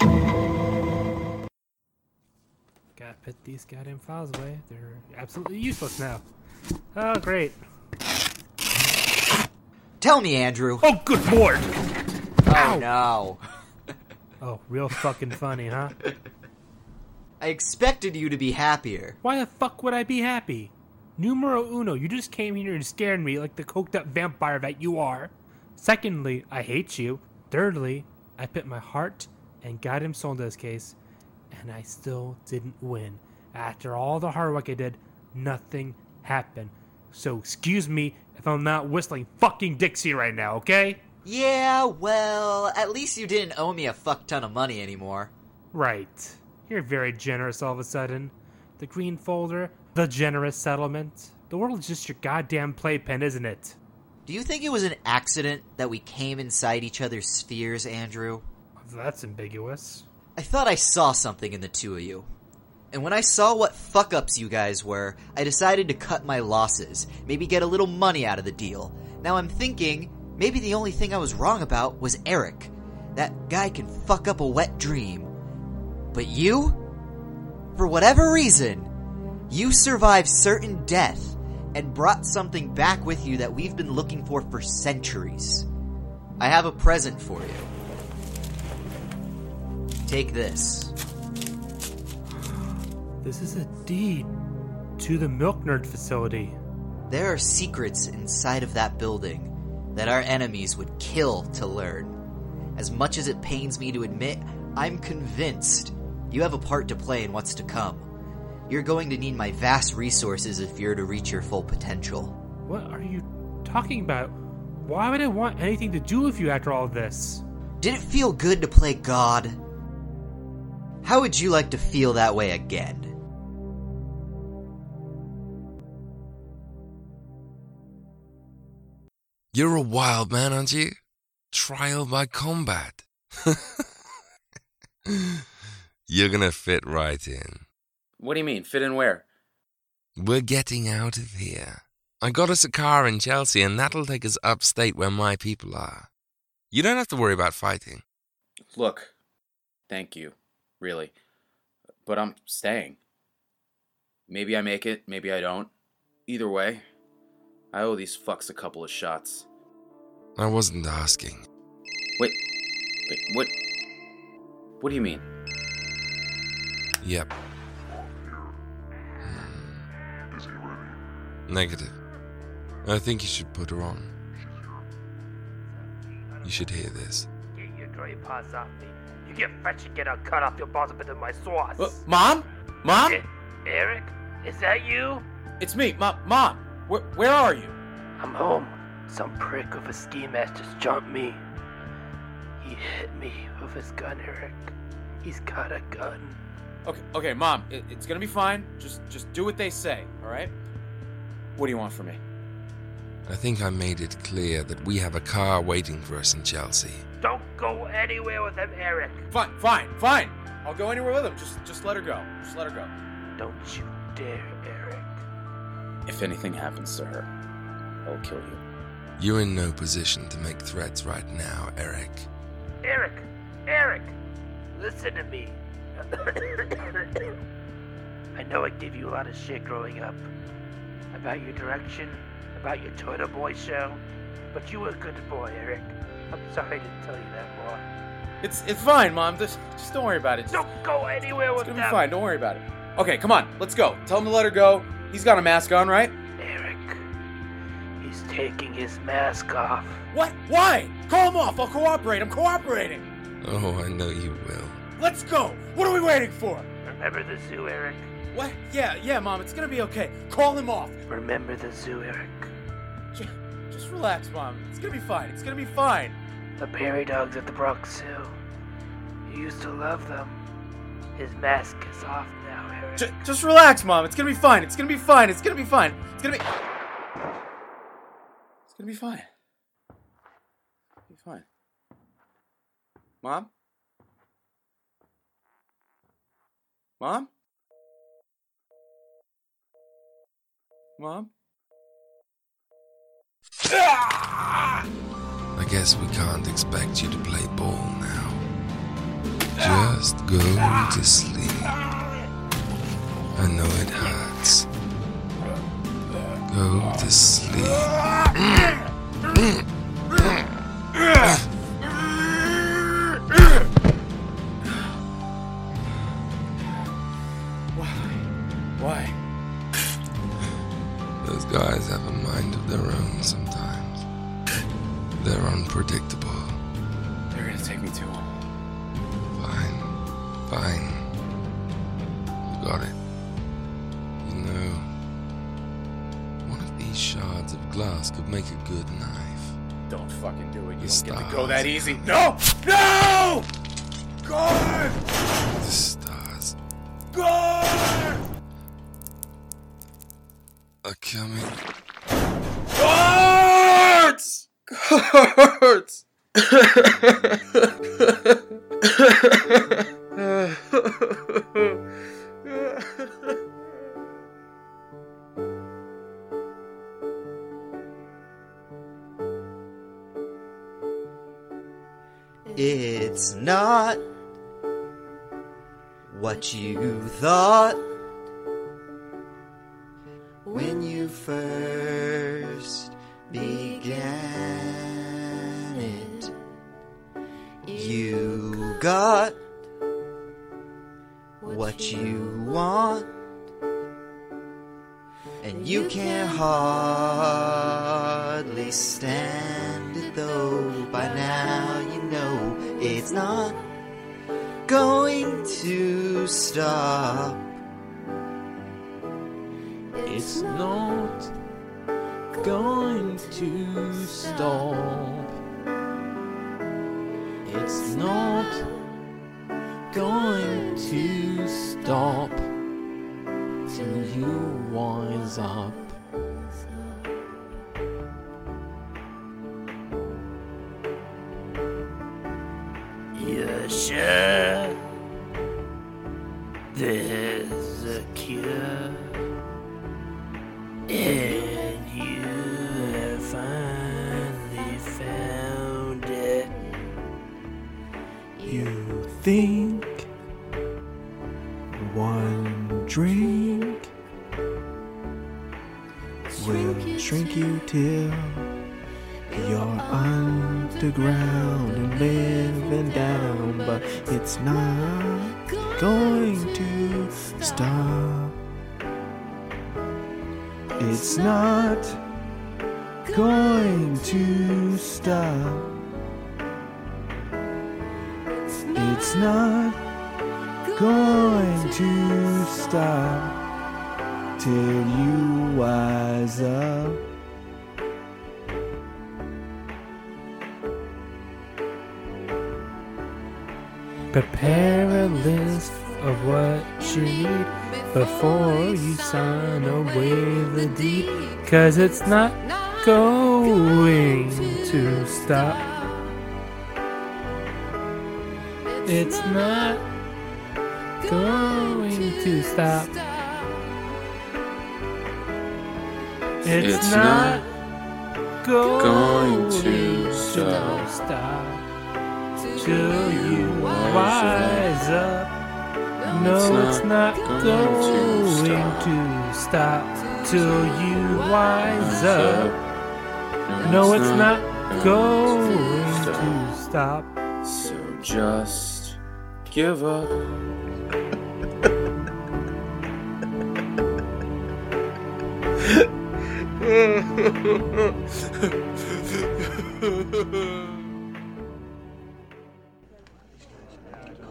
Gotta put these goddamn files away. They're absolutely useless now. Oh, great. Tell me, Andrew. Oh, good lord! Oh, no. Oh, real fucking funny, huh? <laughs> I expected you to be happier. Why the fuck would I be happy? Numero uno, you just came here and scared me like the coked up vampire that you are. Secondly, I hate you. Thirdly, I put my heart and goddamn soul into this case, and I still didn't win. After all the hard work I did, nothing happened. So excuse me if I'm not whistling fucking Dixie right now, okay? Yeah, well, at least you didn't owe me a fuck ton of money anymore. Right. You're very generous all of a sudden. The green folder, the generous settlement. The world's just your goddamn playpen, isn't it? Do you think it was an accident that we came inside each other's spheres, Andrew? That's ambiguous. I thought I saw something in the two of you. And when I saw what fuck ups you guys were, I decided to cut my losses, maybe get a little money out of the deal. Now I'm thinking, maybe the only thing I was wrong about was Eric. That guy can fuck up a wet dream. But you? For whatever reason, you survived certain death and brought something back with you that we've been looking for for centuries. I have a present for you. Take this. This is a deed to the Milk Nerd facility. There are secrets inside of that building that our enemies would kill to learn. As much as it pains me to admit, I'm convinced you have a part to play in what's to come. You're going to need my vast resources if you're to reach your full potential. What are you talking about? Why would I want anything to do with you after all this? Did it feel good to play God? How would you like to feel that way again? You're a wild man, aren't you? Trial by combat. <laughs> You're gonna fit right in. What do you mean? Fit in where? We're getting out of here. I got us a car in Chelsea, and that'll take us upstate where my people are. You don't have to worry about fighting. Look, thank you, really. But I'm staying. Maybe I make it, maybe I don't. Either way, I owe these fucks a couple of shots. I wasn't asking. Wait, wait, what? What do you mean? Yep. Hmm. Negative. I think you should put her on. You should hear this. Get your dirty paws off me. You get French again, I'll cut off your balls up into my sauce. Uh, Mom? Mom? Eh, Eric, is that you? It's me, Mom. Mom, where, where are you? I'm home. Some prick with a ski mask just jumped me. He hit me with his gun, Eric. He's got a gun. Okay, okay, Mom. It, it's gonna be fine. Just, just do what they say. All right. What do you want from me? I think I made it clear that we have a car waiting for us in Chelsea. Don't go anywhere with him, Eric. Fine, fine, fine. I'll go anywhere with him. Just, just let her go. Just let her go. Don't you dare, Eric. If anything happens to her, I'll kill you. You're in no position to make threats right now, Eric. Eric, Eric, listen to me. I know I gave you a lot of shit growing up about your direction, about your Twitter boy show, but you were a good boy, Eric. I'm sorry to tell you that more. It's it's fine, Mom. Just, just don't worry about it. Just- Don't go anywhere it's with gonna them. be fine. Don't worry about it. Okay, come on. Let's go. Tell him to let her go. He's got a mask on, right? He's taking his mask off. <coughs> What? Why? Call him off. I'll cooperate. I'm cooperating. Oh, I know you will. Let's go. What are we waiting for? Remember the zoo, Eric. What? Yeah, yeah, Mom. It's gonna be okay. Call him off. Remember the zoo, Eric. Just relax, Mom. It's gonna be fine. It's gonna be fine. The prairie dogs at the Bronx Zoo. You used to love them. His mask is off now, Eric. J- just relax, Mom. It's gonna be fine. It's gonna be fine. It's gonna be fine. It's gonna be. It's gonna be fine. It'll be fine. Mom. Mom. Mom. I guess we can't expect you to play ball now. Just go to sleep. I know it hurts. Go to sleep. Why? Those guys have a mind of their own sometimes. They're unpredictable. They're gonna take me to him. Fine. Fine. You got it. You know, one of these shards of glass could make a good knife. Don't fucking do it. You don't get to go that easy. No! No! God! The stars God! are coming. Cards! <laughs> Cards! It's not what you thought when you first began it. You got what you want, and you can hardly stand it though. By now, you know it's not going to stop. It's not going to stop. It's not going to stop till you wise up. You sure? There's a cure. And you have finally found it. You think one drink will shrink you till you're underground and living down, but it's not going to stop. It's not going to stop. It's not going to stop till you wise up. Prepare a list of what you need before you sign away the deed. Cause it's not going to stop. It's not going to stop. It's, It's not, going going to to stop. stop till you wise up. No, It's it's not not going going to to stop till you wise up. No, it's not going to stop. So just give up. <sighs>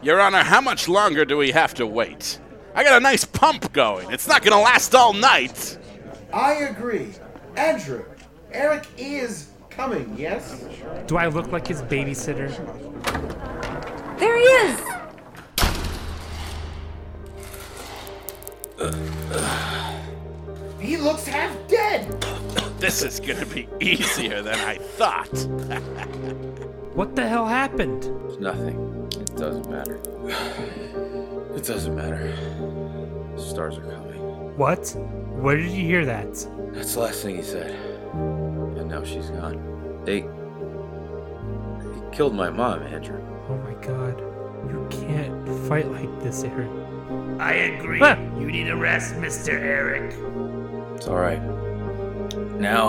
Your Honor, how much longer do we have to wait? I got a nice pump going. It's not going to last all night. I agree. Andrew, Eric is coming, yes? Do I look like his babysitter? There he is! He looks half dead! This is going to be easier than I thought. <laughs> What the hell happened? Nothing. It doesn't matter. <sighs> It doesn't matter. Stars are coming. What? Where did you hear that? That's the last thing he said. And now she's gone. They. They killed my mom, Andrew. Oh my god. You can't fight like this, Eric. I agree. You need a rest, Mr. Eric. It's alright. Now.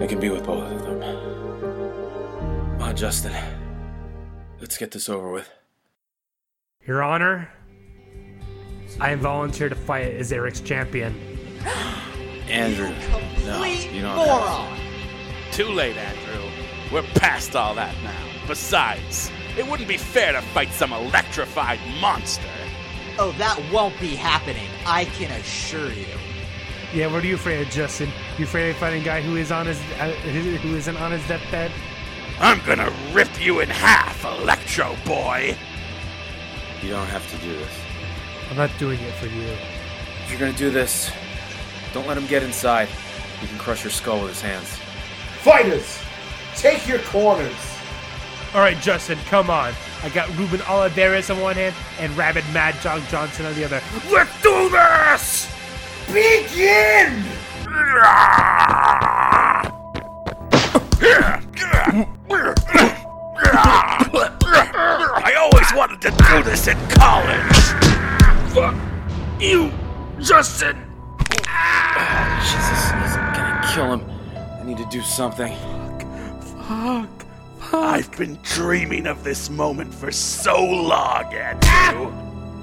I can be with both of them. Come on, Justin. Let's get this over with. Your Honor, I volunteer to fight as Eric's champion. Andrew. No, you don't have to. moron. Too late, Andrew. We're past all that now. Besides, it wouldn't be fair to fight some electrified monster. Oh, that won't be happening, I can assure you. Yeah, what are you afraid of, Justin? You afraid of fighting a guy who is on his uh, who isn't on his deathbed? I'm gonna rip you in half, Electro Boy. You don't have to do this. I'm not doing it for you. If you're gonna do this, don't let him get inside. He can crush your skull with his hands. Fighters, take your corners. All right, Justin, come on. I got Ruben Olivares on one hand and Rabid Mad Dog Johnson on the other. Let's do this! Begin! I always wanted to do this in college. Fuck you, Justin. Jesus, he's gonna kill him. I need to do something. Fuck. I've been dreaming of this moment for so long, Andrew.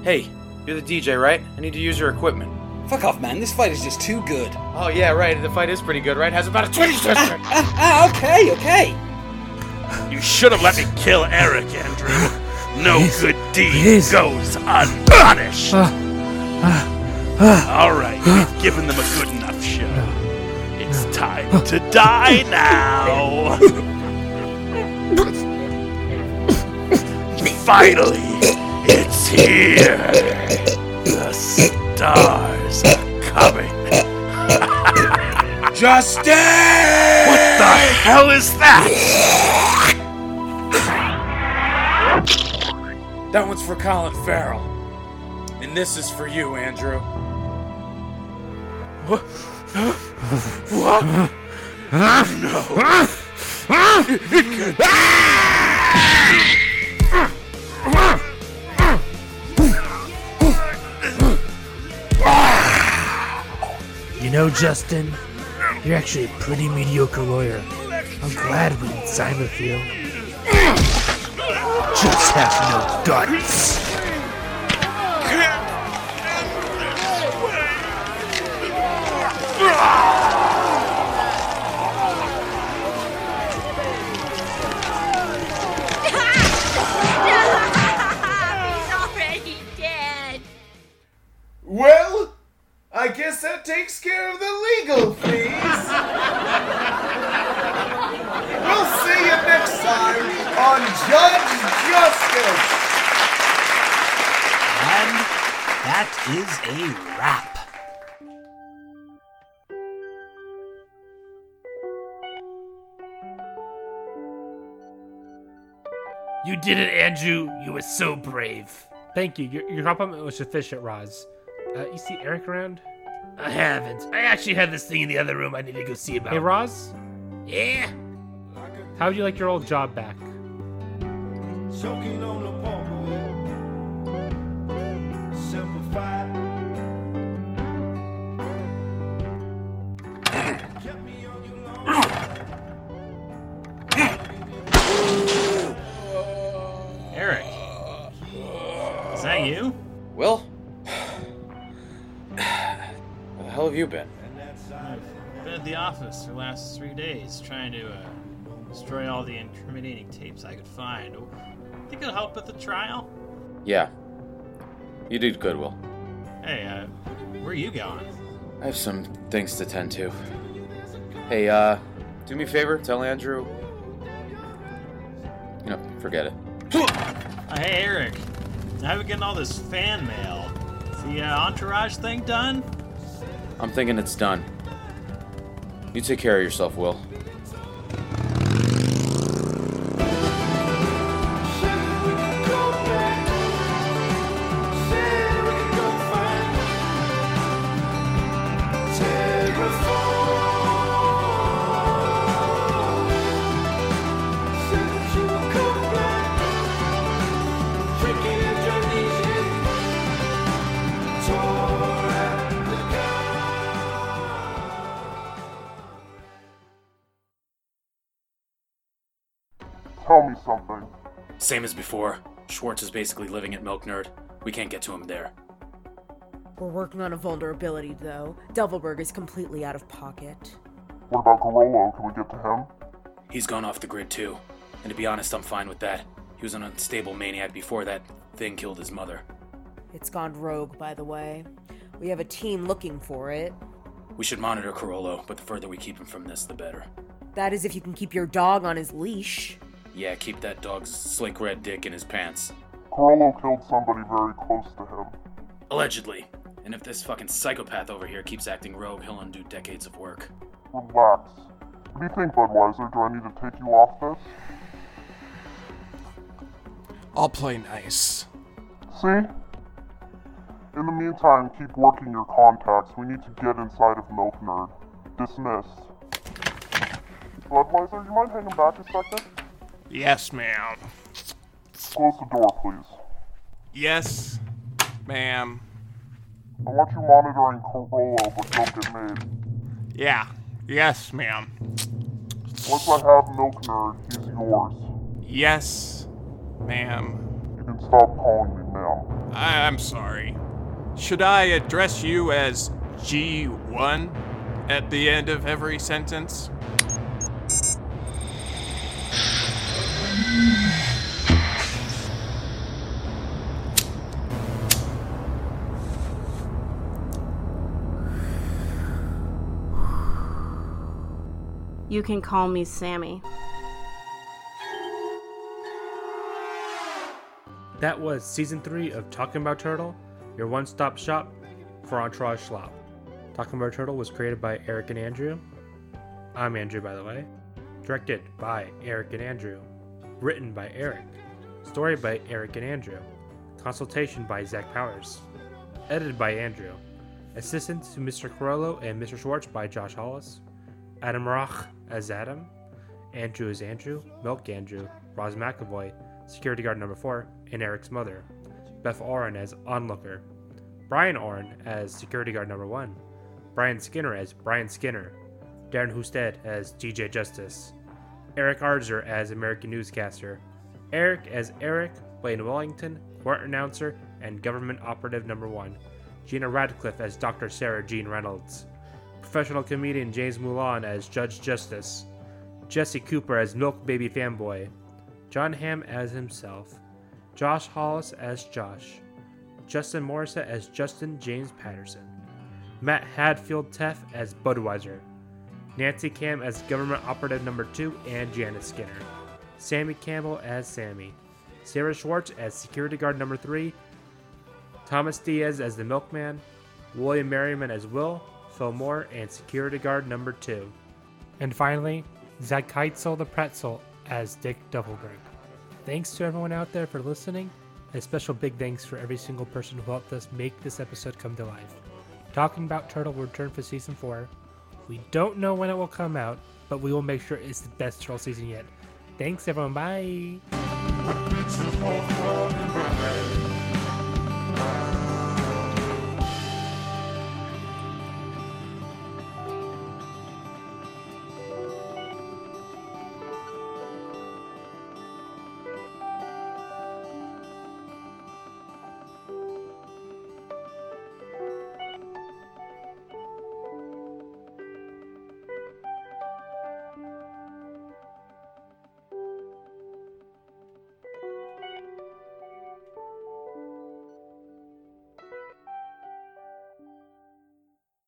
Hey, you're the DJ, right? I need to use your equipment. Fuck off, man. This fight is just too good. Oh, yeah, right. The fight is pretty good, right? Has about a <laughs> 20 sister. Ah, ah, okay, okay. You should have let me kill Eric, Andrew. No good deed goes unpunished. All right, we've given them a good enough show. It's time to die now. Finally, it's here. The stars are coming. Justin! What the hell is that? That one's for Colin Farrell. And this is for you, Andrew. What? What? No. It can't be. You know, Justin, you're actually a pretty mediocre lawyer. I'm glad we didn't sign with you. Just have no guts. He's already dead! Well, I guess that takes care of the legal fees. we'll see you next time on Judge Justice. And that is a wrap. You did it, Andrew. You were so brave. Thank you. Your, your compliment was sufficient, Roz. Uh, you see Eric around? I haven't. I actually have this thing in the other room I need to go see about. Hey, Roz, Yeah? how would you like your old job back? Choking on the pulpwood. Simplified. that you? <sighs> Will? Where the hell have you been? Been at the office the last three days trying to uh, destroy all the incriminating tapes I could find. Oh, Think it'll help at the trial? Yeah. You did good, Will. Hey, uh, where are you going? I have some things to tend to. Hey, uh, do me a favor, tell Andrew. You know, forget it. Uh, hey, Eric. I haven't gotten all this fan mail. Is the uh, entourage thing done? I'm thinking it's done. You take care of yourself, Will. Tell me something. Same as before. Schwartz is basically living at Milk Nerd. We can't get to him there. We're working on a vulnerability, though. Devilberg is completely out of pocket. What about Garolo? Can we get to him? He's gone off the grid too. And to be honest, I'm fine with that. He was an unstable maniac before that thing killed his mother. It's gone rogue, by the way. We have a team looking for it. We should monitor Corollo, but the further we keep him from this, the better. That is, if you can keep your dog on his leash. Yeah, keep that dog's slick red dick in his pants. Corallo killed somebody very close to him. Allegedly. And if this fucking psychopath over here keeps acting rogue, he'll undo decades of work. Relax. What do you think, Budweiser? Do I need to take you off this? I'll play nice. See? In the meantime, keep working your contacts. We need to get inside of Milk Nerd. Dismissed. Budweiser, you mind hanging back a second? Yes, ma'am. Close the door, please. Yes, ma'am. I want you monitoring Corollo, but don't get made. Yeah. Yes, ma'am. Once I have Milk Nerd, he's yours. Yes, ma'am. You can stop calling me ma'am. I- I'm sorry. Should I address you as G1 at the end of every sentence? You can call me Sammy. That was season three of Talking About Turtle, your one stop shop for Entourage Slop. Talking About Turtle was created by Eric and Andrew. I'm Andrew, by the way. Directed by Eric and Andrew. Written by Eric. Story by Eric and Andrew. Consultation by Zach Powers. Edited by Andrew. Assistant to Mr. Corello and Mr. Schwartz by Josh Hollis. Adam Roch as Adam. Andrew as Andrew. Milk Andrew. Roz McAvoy, security guard number four, and Eric's mother. Beth Oren as onlooker. Brian Oren as security guard number one. Brian Skinner as Brian Skinner. Darren Husted as DJ Justice. Eric Arzer as American newscaster. Eric as Eric, Blaine Wellington, court announcer, and government operative number one. Gina Radcliffe as Dr. Sarah Jean Reynolds. Professional comedian James Mulan as Judge Justice. Jesse Cooper as Milk Baby Fanboy. John Hamm as himself. Josh Hollis as Josh. Justin Morrison as Justin James Patterson. Matt Hadfield Teff as Budweiser. Nancy Cam as Government Operative Number 2 and Janice Skinner. Sammy Campbell as Sammy. Sarah Schwartz as Security Guard Number 3. Thomas Diaz as the Milkman. William Merriman as Will. Phil Moore and Security Guard Number 2. And finally, Zach Keitzel the Pretzel as Dick Doubleberg. Thanks to everyone out there for listening, and a special big thanks for every single person who helped us make this episode come to life. Talking About Turtle will return for season 4. We don't know when it will come out, but we will make sure it's the best turtle season yet. Thanks everyone, bye!